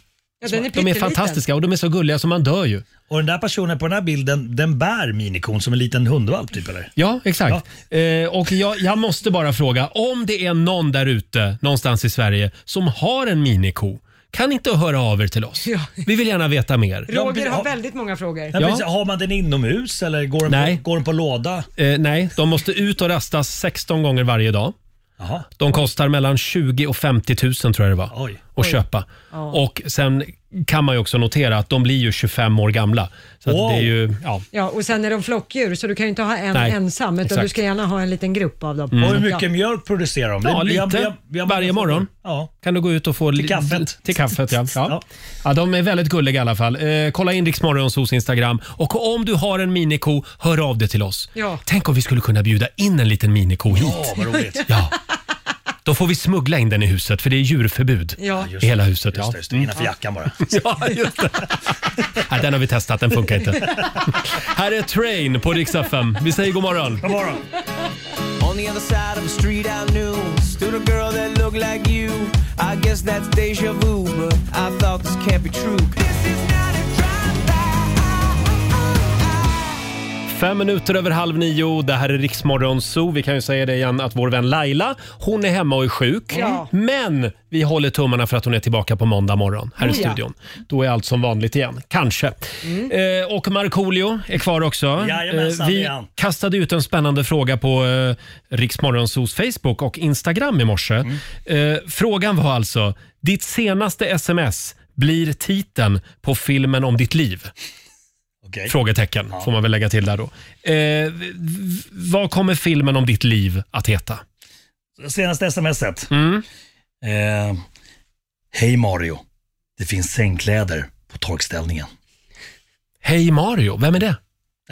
[SPEAKER 2] Ja, den är
[SPEAKER 1] de är
[SPEAKER 2] pytteliten.
[SPEAKER 1] fantastiska och de är så gulliga så man dör ju.
[SPEAKER 9] Och den där personen på den här bilden, den bär minikon som en liten hundvalp typ eller?
[SPEAKER 1] Ja, exakt. Eh, och jag, jag måste bara fråga, om det är någon där ute någonstans i Sverige som har en miniko, kan inte höra av er till oss? Vi vill gärna veta mer.
[SPEAKER 2] Roger har väldigt många frågor.
[SPEAKER 9] Ja. precis. Har man den inomhus eller går den,
[SPEAKER 1] Nej.
[SPEAKER 9] På, går den på låda?
[SPEAKER 1] Eh, nej, de måste ut och rastas 16 gånger varje dag. De kostar mellan 20 och 50 000 tror jag det var
[SPEAKER 9] Oj.
[SPEAKER 1] att
[SPEAKER 9] Oj.
[SPEAKER 1] köpa.
[SPEAKER 9] Ja.
[SPEAKER 1] Och sen kan man ju också notera att de blir ju 25 år gamla. Så
[SPEAKER 2] Wow.
[SPEAKER 1] att det är ju, ja.
[SPEAKER 2] Ja, och sen är de flockdjur så du kan ju inte ha en
[SPEAKER 1] Nej,
[SPEAKER 2] ensam utan
[SPEAKER 1] exakt.
[SPEAKER 2] du ska gärna ha en liten grupp av dem.
[SPEAKER 1] Mm. Och hur
[SPEAKER 9] Hur mycket mjölk producerar de?
[SPEAKER 1] Ja,
[SPEAKER 9] Det- jag-
[SPEAKER 1] lite.
[SPEAKER 9] jag- jag-
[SPEAKER 1] Varje morgon
[SPEAKER 9] Ja.
[SPEAKER 1] kan du gå ut och få... Till
[SPEAKER 9] kaffet.
[SPEAKER 1] Till kaffet, ja. Ja. ja. de är väldigt gulliga i alla fall. Eh, kolla in Rix Morgonzos Instagram. Och om du har en miniko, hör av dig till oss.
[SPEAKER 2] Ja.
[SPEAKER 1] Tänk om vi skulle kunna bjuda in en liten miniko hit.
[SPEAKER 9] Ja, vad roligt.
[SPEAKER 1] Ja. Då får vi smuggla in den i huset, för det är djurförbud
[SPEAKER 2] Ja.
[SPEAKER 1] i hela huset.
[SPEAKER 9] Just
[SPEAKER 1] ja. Mm.
[SPEAKER 9] det, just det. Innanför jackan bara.
[SPEAKER 1] Ja, just det. Nej, den har vi testat, den funkar inte. Här är Train på Rix FM. Vi säger god morgon.
[SPEAKER 9] God morgon.
[SPEAKER 17] On the other side of the street I knew Stood a girl that looked like you I guess that's deja vu But I thought this can't be true
[SPEAKER 1] Fem minuter över halv nio. Det här är Riksmorgon Zoo. Vi kan ju säga det igen att vår vän Laila, hon är hemma och är sjuk.
[SPEAKER 2] Ja.
[SPEAKER 1] Men vi håller tummarna för att hon är tillbaka på måndag morgon här i
[SPEAKER 2] Oh ja. Mm.
[SPEAKER 1] studion. Då är allt som vanligt igen. Kanske. Eh, och Markoolio är kvar också. Eh,
[SPEAKER 9] Jajamensan, det
[SPEAKER 1] vi
[SPEAKER 9] är han.
[SPEAKER 1] kastade ut en spännande fråga på eh, Riksmorgonsos Facebook och Instagram i morse.
[SPEAKER 2] Mm.
[SPEAKER 1] Eh, frågan var alltså, ditt senaste sms blir titeln på filmen om ditt liv?
[SPEAKER 9] Okej.
[SPEAKER 1] Frågetecken får man väl lägga till där då. Eh, v- v- vad kommer filmen om ditt liv att heta?
[SPEAKER 9] Senaste smset. Eh, Hej Mario. Det finns sängkläder på torkställningen.
[SPEAKER 1] Hej Mario, vem är det?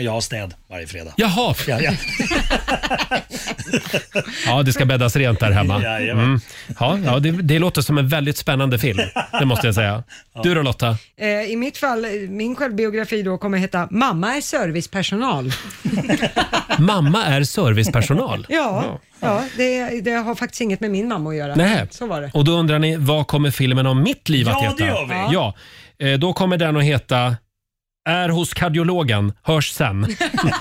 [SPEAKER 9] Jag har städ varje fredag.
[SPEAKER 1] Jaha!
[SPEAKER 9] Ja, ja.
[SPEAKER 1] Ja, det ska bäddas rent där hemma. Mm.
[SPEAKER 9] Jajamän.
[SPEAKER 1] Ja, ja, det, det låter som en väldigt spännande film, det måste jag säga. Du då Lotta?
[SPEAKER 2] Eh, I mitt fall, eh, min självbiografi då kommer heta Mamma är servicepersonal.
[SPEAKER 1] Mamma är servicepersonal.
[SPEAKER 2] Ja, ja det, det har faktiskt inget med min mamma att göra.
[SPEAKER 1] Nej.
[SPEAKER 2] Så var det.
[SPEAKER 1] Och då undrar ni, vad kommer filmen om mitt liv att
[SPEAKER 2] Ja,
[SPEAKER 1] heta?
[SPEAKER 2] det gör vi.
[SPEAKER 1] Ja, Eh, då kommer den att heta Är hos kardiologen, hörs sen.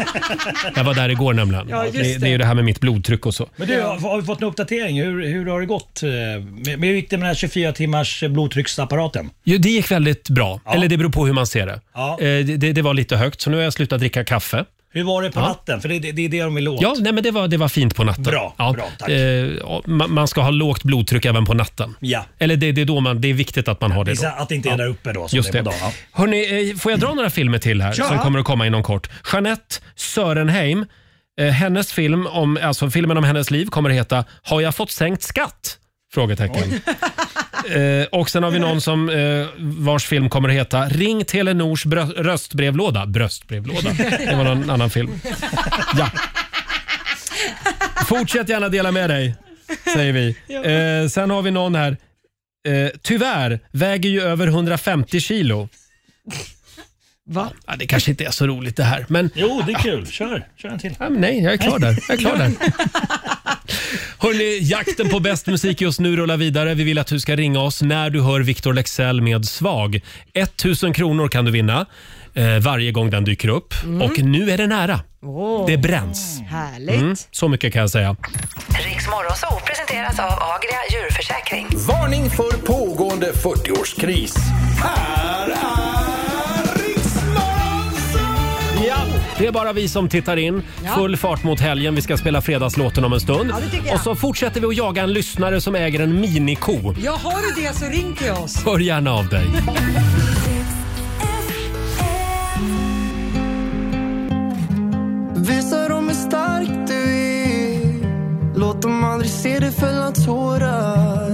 [SPEAKER 1] jag var där igår nämligen.
[SPEAKER 9] Ja, just
[SPEAKER 1] det, det är ju
[SPEAKER 9] det.
[SPEAKER 1] det här med mitt blodtryck och så.
[SPEAKER 9] Men du, har har vi fått en uppdatering? Hur, hur har det gått? eh, med- Hur gick det med den här 24 timmars eh, blodtrycksapparaten?
[SPEAKER 1] Jo, det gick väldigt bra. Eller det beror på hur man ser det.
[SPEAKER 9] Ja.
[SPEAKER 1] Eh, det. Det var lite högt, så nu har jag slutat dricka kaffe.
[SPEAKER 9] Hur var det på
[SPEAKER 1] Ja.
[SPEAKER 9] natten? För det, det, det är det de vill åt.
[SPEAKER 1] Ja, nej, men det var, det var fint på natten.
[SPEAKER 9] Bra,
[SPEAKER 1] ja.
[SPEAKER 9] bra, tack.
[SPEAKER 1] Eh, och ma- man ska ha lågt blodtryck även på natten.
[SPEAKER 9] Ja.
[SPEAKER 1] Eller det, det, är då man, det är viktigt att man har det då.
[SPEAKER 9] Visa att det inte är där uppe då, som
[SPEAKER 1] Just
[SPEAKER 9] det är
[SPEAKER 1] det.
[SPEAKER 9] på dagen. Ja.
[SPEAKER 1] Hörrni, eh, får jag dra några filmer till här
[SPEAKER 9] Ja.
[SPEAKER 1] som kommer att komma inom kort? Jeanette Sörenheim, eh, hennes film om, alltså filmen om hennes liv kommer att heta Har jag fått sänkt skatt? Frågetecken. Eh, och sen har vi någon som eh, vars film kommer att heta Ring Telenors brö- röstbrevlåda. Bröstbrevlåda. Det var någon annan film. Ja. Fortsätt gärna dela med dig, säger vi. Eh, sen har vi någon här. Eh, tyvärr väger ju över 150 kilo.
[SPEAKER 2] Va?
[SPEAKER 1] Ja, det kanske inte är så roligt det här, men...
[SPEAKER 9] Jo, det är kul. Kör, kör en till.
[SPEAKER 1] Ja, men nej, jag är klar där. Jag är klar där. Hörrni, jakten på bäst musik just nu rullar vidare. Vi vill att du ska ringa oss när du hör Victor Lexell med Svag. 1000 kronor kan du vinna eh, varje gång den dyker upp.
[SPEAKER 10] Mm.
[SPEAKER 1] Och nu är det nära. Det bränns.
[SPEAKER 10] Härligt.
[SPEAKER 1] Mm, så mycket kan jag säga.
[SPEAKER 18] Riks Morgonzoo presenteras av Agria djurförsäkring.
[SPEAKER 3] Varning för pågående 40-årskris.
[SPEAKER 1] Ja, det är bara vi som tittar in.
[SPEAKER 2] Ja.
[SPEAKER 1] Full fart mot helgen. Vi ska spela fredagslåten om en stund.
[SPEAKER 2] Ja, det tycker jag.
[SPEAKER 1] Och så fortsätter vi att jaga en lyssnare som äger en miniko.
[SPEAKER 2] Ja, har du det så ring till oss.
[SPEAKER 1] Hör gärna av dig.
[SPEAKER 4] Visa dem hur stark du är Låt dem aldrig se dig fälla tårar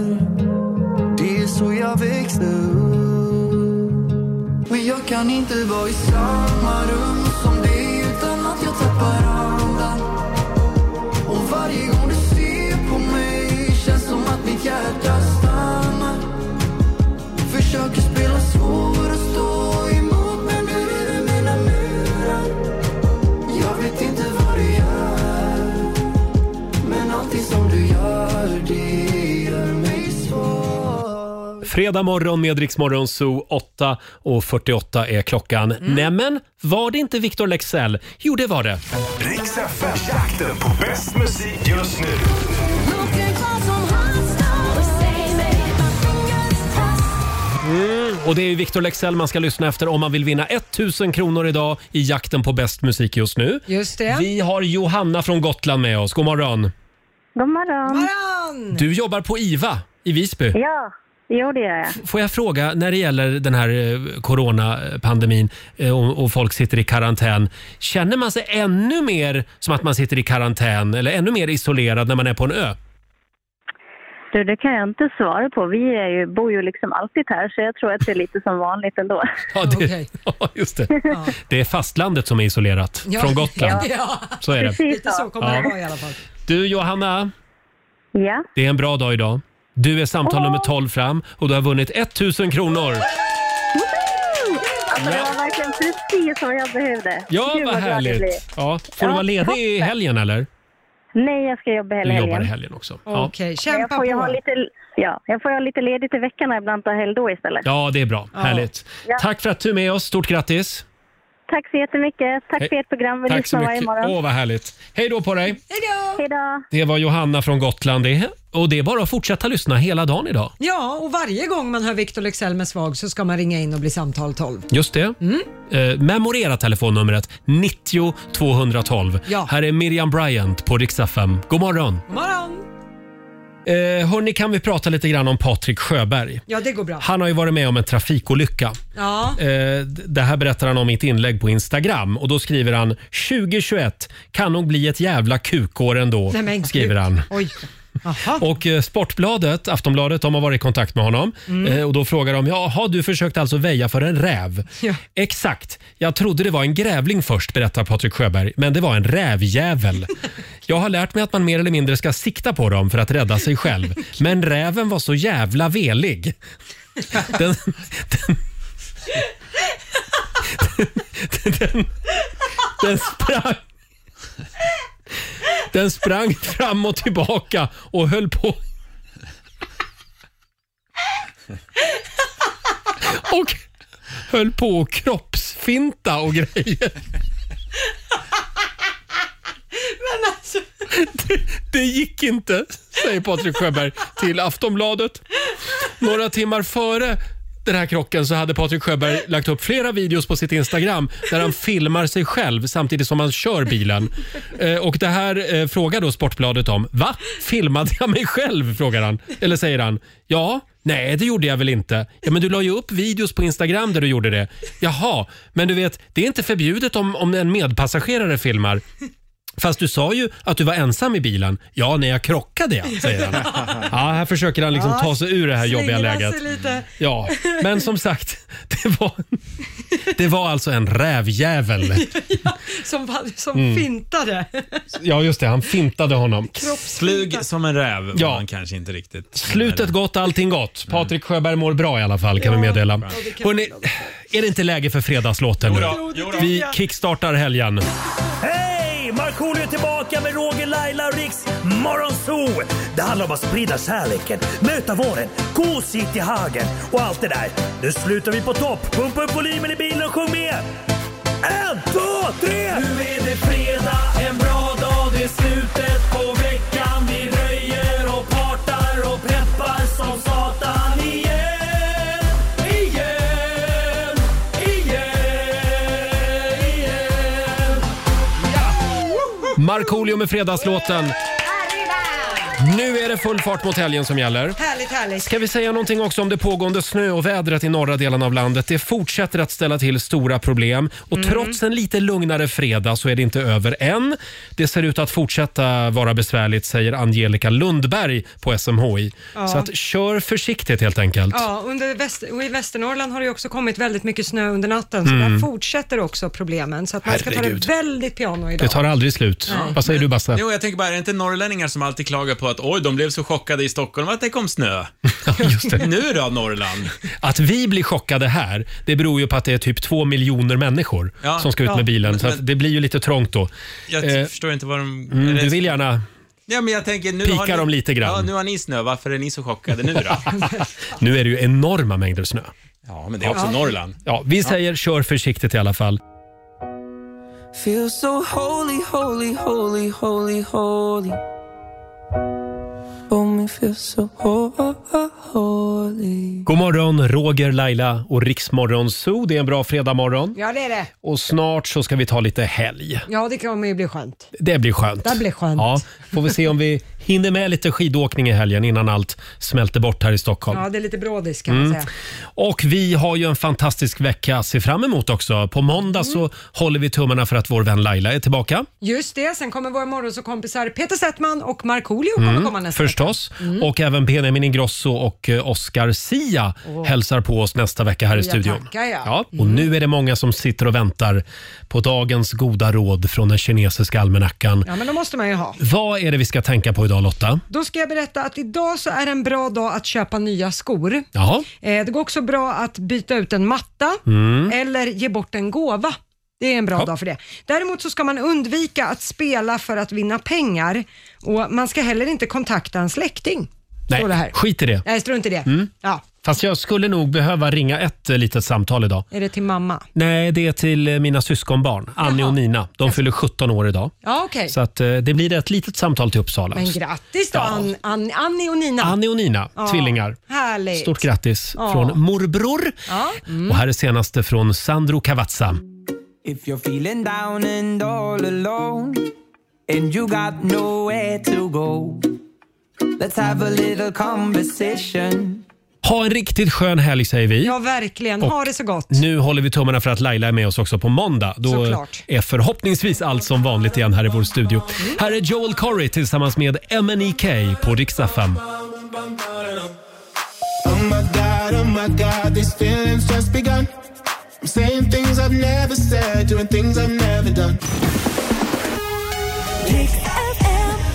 [SPEAKER 4] Det är så jag växte upp Men jag kan inte vara i samma rum som dig utan att jag tappar andan Och varje gång du ser på mig känns som att mitt hjärta stannar Försöker spela svår och stå emot men nu river mina murar jag vet inte vad du gör Men allting som du gör det gör mig svår
[SPEAKER 1] Fredag morgon med Rix Morgon Zoo 8.48 är klockan. Nämen, var det inte Victor Lexell? Jo, det var det.
[SPEAKER 3] Riks FM, jakten på bäst musik just nu.
[SPEAKER 1] Mm. Och det är ju Victor Lexell man ska lyssna efter om man vill vinna 1000 kronor idag i jakten på bäst musik just nu.
[SPEAKER 2] Just det.
[SPEAKER 1] Vi har Johanna från Gotland med oss. God morgon.
[SPEAKER 19] God morgon.
[SPEAKER 1] Du jobbar på IVA i Visby.
[SPEAKER 19] Ja, jo det gör jag.
[SPEAKER 1] Får jag fråga, när det gäller den här eh, coronapandemin eh, och, och folk sitter i karantän. Känner man sig ännu mer som att man sitter i karantän eller ännu mer isolerad när man är på en ö?
[SPEAKER 19] Du, det kan jag inte svara på. Vi är ju, bor ju liksom alltid här så jag tror att det är lite som vanligt ändå.
[SPEAKER 1] Ja, det, ja just det. Det är fastlandet som är isolerat från Gotland. Så är det.
[SPEAKER 19] Precis
[SPEAKER 1] Lite så kommer det vara i alla
[SPEAKER 2] fall.
[SPEAKER 1] Du Johanna,
[SPEAKER 19] Ja,
[SPEAKER 1] det är en bra dag idag. Du är samtal nummer 12 fram och du har vunnit 1000 kronor.
[SPEAKER 19] alltså, det var verkligen precis vad jag behövde.
[SPEAKER 1] Ja,
[SPEAKER 19] Gud,
[SPEAKER 1] vad
[SPEAKER 19] glad jag blev.
[SPEAKER 1] härligt. Ja, får du
[SPEAKER 19] Ja,
[SPEAKER 1] vara ledig i
[SPEAKER 19] toppen.
[SPEAKER 1] helgen eller?
[SPEAKER 19] Nej, jag ska jobba hela
[SPEAKER 1] Du
[SPEAKER 19] helgen.
[SPEAKER 1] jobbar i helgen också. Ja.
[SPEAKER 19] Men jag får ju ha lite, ja, jag får ju ha lite ledigt i veckan och ibland ta helg då istället.
[SPEAKER 1] Ja, det är bra.
[SPEAKER 19] Ja.
[SPEAKER 1] Härligt.
[SPEAKER 19] Ja.
[SPEAKER 1] Tack för att du är med oss. Stort grattis.
[SPEAKER 19] Tack så jättemycket. Tack
[SPEAKER 1] Hej.
[SPEAKER 19] för ert program. Vi
[SPEAKER 1] Tack så
[SPEAKER 19] lyssnar varje
[SPEAKER 1] mycket.
[SPEAKER 19] morgon.
[SPEAKER 1] Åh, vad härligt. Hej då på dig.
[SPEAKER 19] Hej då!
[SPEAKER 1] Det var Johanna från Gotland det. Och det är bara att fortsätta lyssna hela dagen idag.
[SPEAKER 2] Ja, och varje gång man hör Victor Lexell med svag så ska man ringa in och bli samtal 12.
[SPEAKER 1] Just det.
[SPEAKER 2] Mm.
[SPEAKER 1] Eh, memorera telefonnumret 90 212.
[SPEAKER 2] Ja.
[SPEAKER 1] Här är Miriam Bryant på Rix FM. God morgon.
[SPEAKER 2] God morgon!
[SPEAKER 1] Eh, hörni, kan vi prata lite grann om Patrik Sjöberg?
[SPEAKER 2] Ja, det går bra.
[SPEAKER 1] Han har ju varit med om en trafikolycka.
[SPEAKER 2] Ja.
[SPEAKER 1] Eh, d- Det här berättar han om i ett inlägg på Instagram och då skriver han 2021 kan nog bli ett jävla kukår ändå,
[SPEAKER 2] Nej, men gud.
[SPEAKER 1] skriver han.
[SPEAKER 2] Oj.
[SPEAKER 1] Och eh, Sportbladet, Aftonbladet, de har varit i kontakt med honom
[SPEAKER 2] Mm.
[SPEAKER 1] Eh, och då frågar de, ja, har du försökt alltså väja för en räv?
[SPEAKER 2] Ja.
[SPEAKER 1] Exakt, jag trodde det var en grävling först, berättar Patrik Sjöberg, men det var en rävjävel. jag har lärt mig att man mer eller mindre ska sikta på dem för att rädda sig själv, men räven var så jävla velig. Den, den, den sprang den sprang fram och tillbaka och höll på. Och höll på och kroppsfinta och grejer.
[SPEAKER 2] Men alltså,
[SPEAKER 1] Det, det gick inte, säger Patrik Sjöberg till Aftonbladet. Några timmar före den här krocken så hade Patrik Sjöberg lagt upp flera videos på sitt Instagram där han filmar sig själv samtidigt som han kör bilen. Eh, och det här eh, frågar då Sportbladet om. Va? Filmade jag mig själv? frågar han. Eller säger han. Ja, nej det gjorde jag väl inte. Ja men du la ju upp videos på Instagram där du gjorde det. Jaha, men du vet det är inte förbjudet om, om en medpassagerare filmar. Fast du sa ju att du var ensam i bilen. Ja, när jag krockade jag, säger han. Ja, här försöker han liksom
[SPEAKER 2] Ja,
[SPEAKER 1] ta sig ur det här jobbiga
[SPEAKER 2] slingra sig
[SPEAKER 1] läget.
[SPEAKER 2] lite.
[SPEAKER 1] Ja, men som sagt, det var, det var alltså en rävjävel.
[SPEAKER 2] som fan- som
[SPEAKER 1] Mm.
[SPEAKER 2] fintade.
[SPEAKER 1] Ja, just det, han fintade honom.
[SPEAKER 6] Slug som en räv var
[SPEAKER 1] Ja.
[SPEAKER 6] han kanske inte riktigt.
[SPEAKER 1] Slutet gott, allting gott. Patrik Sjöberg mår bra i alla fall, kan vi meddela. Hörrni, är det inte läge för fredagslåten nu?
[SPEAKER 6] Jodå, jodå.
[SPEAKER 1] Vi kickstartar helgen.
[SPEAKER 9] Hej!
[SPEAKER 4] Markoolio är tillbaka med Roger, Laila och Riks Morgonzoo! Det handlar om att sprida kärleken, möta våren, gosigt i hagen och allt det där. Nu slutar vi på topp! Pumpa upp volymen i bilen och sjung med! En, två, tre! Nu är det fredag, en bra dag, det är slutet på veckan. Vi röjer och partar och peppar som satan igen, igen, igen, igen.
[SPEAKER 1] Markoolio med Fredagslåten. Nu är det full fart mot helgen som gäller.
[SPEAKER 2] Härligt, härligt.
[SPEAKER 1] Ska vi säga någonting också om det pågående snö och vädret i norra delen av landet? Det fortsätter att ställa till stora problem och
[SPEAKER 2] Mm.
[SPEAKER 1] trots en lite lugnare fredag så är det inte över än. Det ser ut att fortsätta vara besvärligt säger Angelica Lundberg på SMHI.
[SPEAKER 2] Ja.
[SPEAKER 1] Så att kör försiktigt helt enkelt.
[SPEAKER 2] Ja, under väst, och i Västernorrland har det ju också kommit väldigt mycket snö under natten, så
[SPEAKER 1] Mm.
[SPEAKER 2] där fortsätter också problemen. Så att man ska ta
[SPEAKER 1] Herregud.
[SPEAKER 2] det väldigt piano idag.
[SPEAKER 1] Det tar aldrig slut.
[SPEAKER 2] Nej.
[SPEAKER 1] Vad säger du Basse?
[SPEAKER 9] Jo, jag tänker bara, är det inte norrlänningar som alltid klagar på att oj, de blev så chockade i Stockholm att det kom snö? Nu då, Norrland?
[SPEAKER 5] Eh,
[SPEAKER 1] Att vi blir chockade här, det beror ju på att det är typ två miljoner människor
[SPEAKER 9] Ja.
[SPEAKER 1] som ska ut
[SPEAKER 9] Ja.
[SPEAKER 1] med bilen.
[SPEAKER 9] Men-
[SPEAKER 1] så att
[SPEAKER 9] men-
[SPEAKER 1] det blir ju lite trångt då.
[SPEAKER 9] Jag
[SPEAKER 1] Eh,
[SPEAKER 9] förstår inte vad de...
[SPEAKER 1] Mm,
[SPEAKER 9] är det-
[SPEAKER 1] du vill gärna...
[SPEAKER 9] Ja, men jag tänker, nu
[SPEAKER 1] Pikar
[SPEAKER 9] har ni,
[SPEAKER 1] dem lite grann.
[SPEAKER 9] Ja, nu har ni snö. Varför är ni så chockade nu då?
[SPEAKER 1] Nu är det ju enorma mängder snö.
[SPEAKER 9] Ja, men det är också
[SPEAKER 1] Ja.
[SPEAKER 9] Norrland.
[SPEAKER 1] Ja, vi säger kör försiktigt i alla fall.
[SPEAKER 5] Feel so holy, holy, holy, holy, holy. Oh, me feel so ho- holy.
[SPEAKER 1] God morgon, Roger, Laila och Riksmorgon Zoo. Det är en bra fredagmorgon.
[SPEAKER 2] Ja, det är det.
[SPEAKER 1] Och snart så ska vi ta lite helg.
[SPEAKER 2] Ja, det kommer ju bli skönt.
[SPEAKER 1] Det blir skönt.
[SPEAKER 2] Det blir skönt.
[SPEAKER 1] Ja, får vi se om vi hinner med lite skidåkning i helgen innan allt smälter bort här i Stockholm.
[SPEAKER 2] Ja, det är lite brådis kan man
[SPEAKER 1] Mm.
[SPEAKER 2] säga.
[SPEAKER 1] Och vi har ju en fantastisk vecka att se fram emot också. På måndag
[SPEAKER 2] Mm.
[SPEAKER 1] så håller vi tummarna för att vår vän Laila är tillbaka.
[SPEAKER 2] Just det, sen kommer våra morgonsåkompisar Peter Settman och Markoolio kommer komma nästa
[SPEAKER 1] förstås.
[SPEAKER 2] Mm.
[SPEAKER 1] Och även Benjamin Ingrosso och eh, Oscar Sia
[SPEAKER 2] Åh.
[SPEAKER 1] hälsar på oss nästa vecka här i
[SPEAKER 2] Ja,
[SPEAKER 1] studion.
[SPEAKER 2] tackar jag. Mm.
[SPEAKER 1] och nu är det många som sitter och väntar på dagens goda råd från den kinesiska almanackan.
[SPEAKER 2] Ja, men då måste man ju ha.
[SPEAKER 1] Vad är det vi ska tänka på idag Lotta?
[SPEAKER 2] Då ska jag berätta att idag så är en bra dag att köpa nya skor.
[SPEAKER 1] Jaha.
[SPEAKER 2] Eh, Det går också bra att byta ut en matta
[SPEAKER 1] Mm.
[SPEAKER 2] eller ge bort en gåva. Det är en bra dag för det. Däremot så ska man undvika att spela för att vinna pengar och man ska heller inte kontakta en släkting.
[SPEAKER 1] Nej,
[SPEAKER 2] Står det här.
[SPEAKER 1] skit i det.
[SPEAKER 2] Nej, strunt i det.
[SPEAKER 1] Mm.
[SPEAKER 2] Ja.
[SPEAKER 1] Fast jag skulle nog behöva ringa ett eh, litet samtal idag.
[SPEAKER 2] Är det till mamma?
[SPEAKER 1] Nej, det är till eh, mina syskonbarn, Annie och Nina. De fyller 17 år idag.
[SPEAKER 2] Ja, okej.
[SPEAKER 1] Så att, eh, det blir ett litet samtal till Uppsala.
[SPEAKER 2] Men grattis då, Ann, Ann, Annie och Nina.
[SPEAKER 1] Annie och Nina,
[SPEAKER 2] Ja,
[SPEAKER 1] tvillingar.
[SPEAKER 2] Härligt.
[SPEAKER 1] Stort grattis
[SPEAKER 2] Ja. Mm.
[SPEAKER 1] från morbror.
[SPEAKER 2] Ja.
[SPEAKER 1] Och här är senaste från Sandro Cavazza.
[SPEAKER 5] If you're feeling down and all alone, and you got nowhere to go, let's have a little conversation.
[SPEAKER 1] Ha en riktigt skön helg säger vi.
[SPEAKER 2] Ja, verkligen.
[SPEAKER 1] Och
[SPEAKER 2] ha det så gott.
[SPEAKER 1] Nu håller vi tummarna för att Laila är med oss också på måndag. Då
[SPEAKER 2] Såklart. Mm.
[SPEAKER 1] är förhoppningsvis allt som vanligt igen här i vår studio. Här är Joel Corey tillsammans med MNEK på riksdag fem.
[SPEAKER 20] Oh my god, oh my god, these feelings just begun. I'm saying things I've never said, doing things I've never done.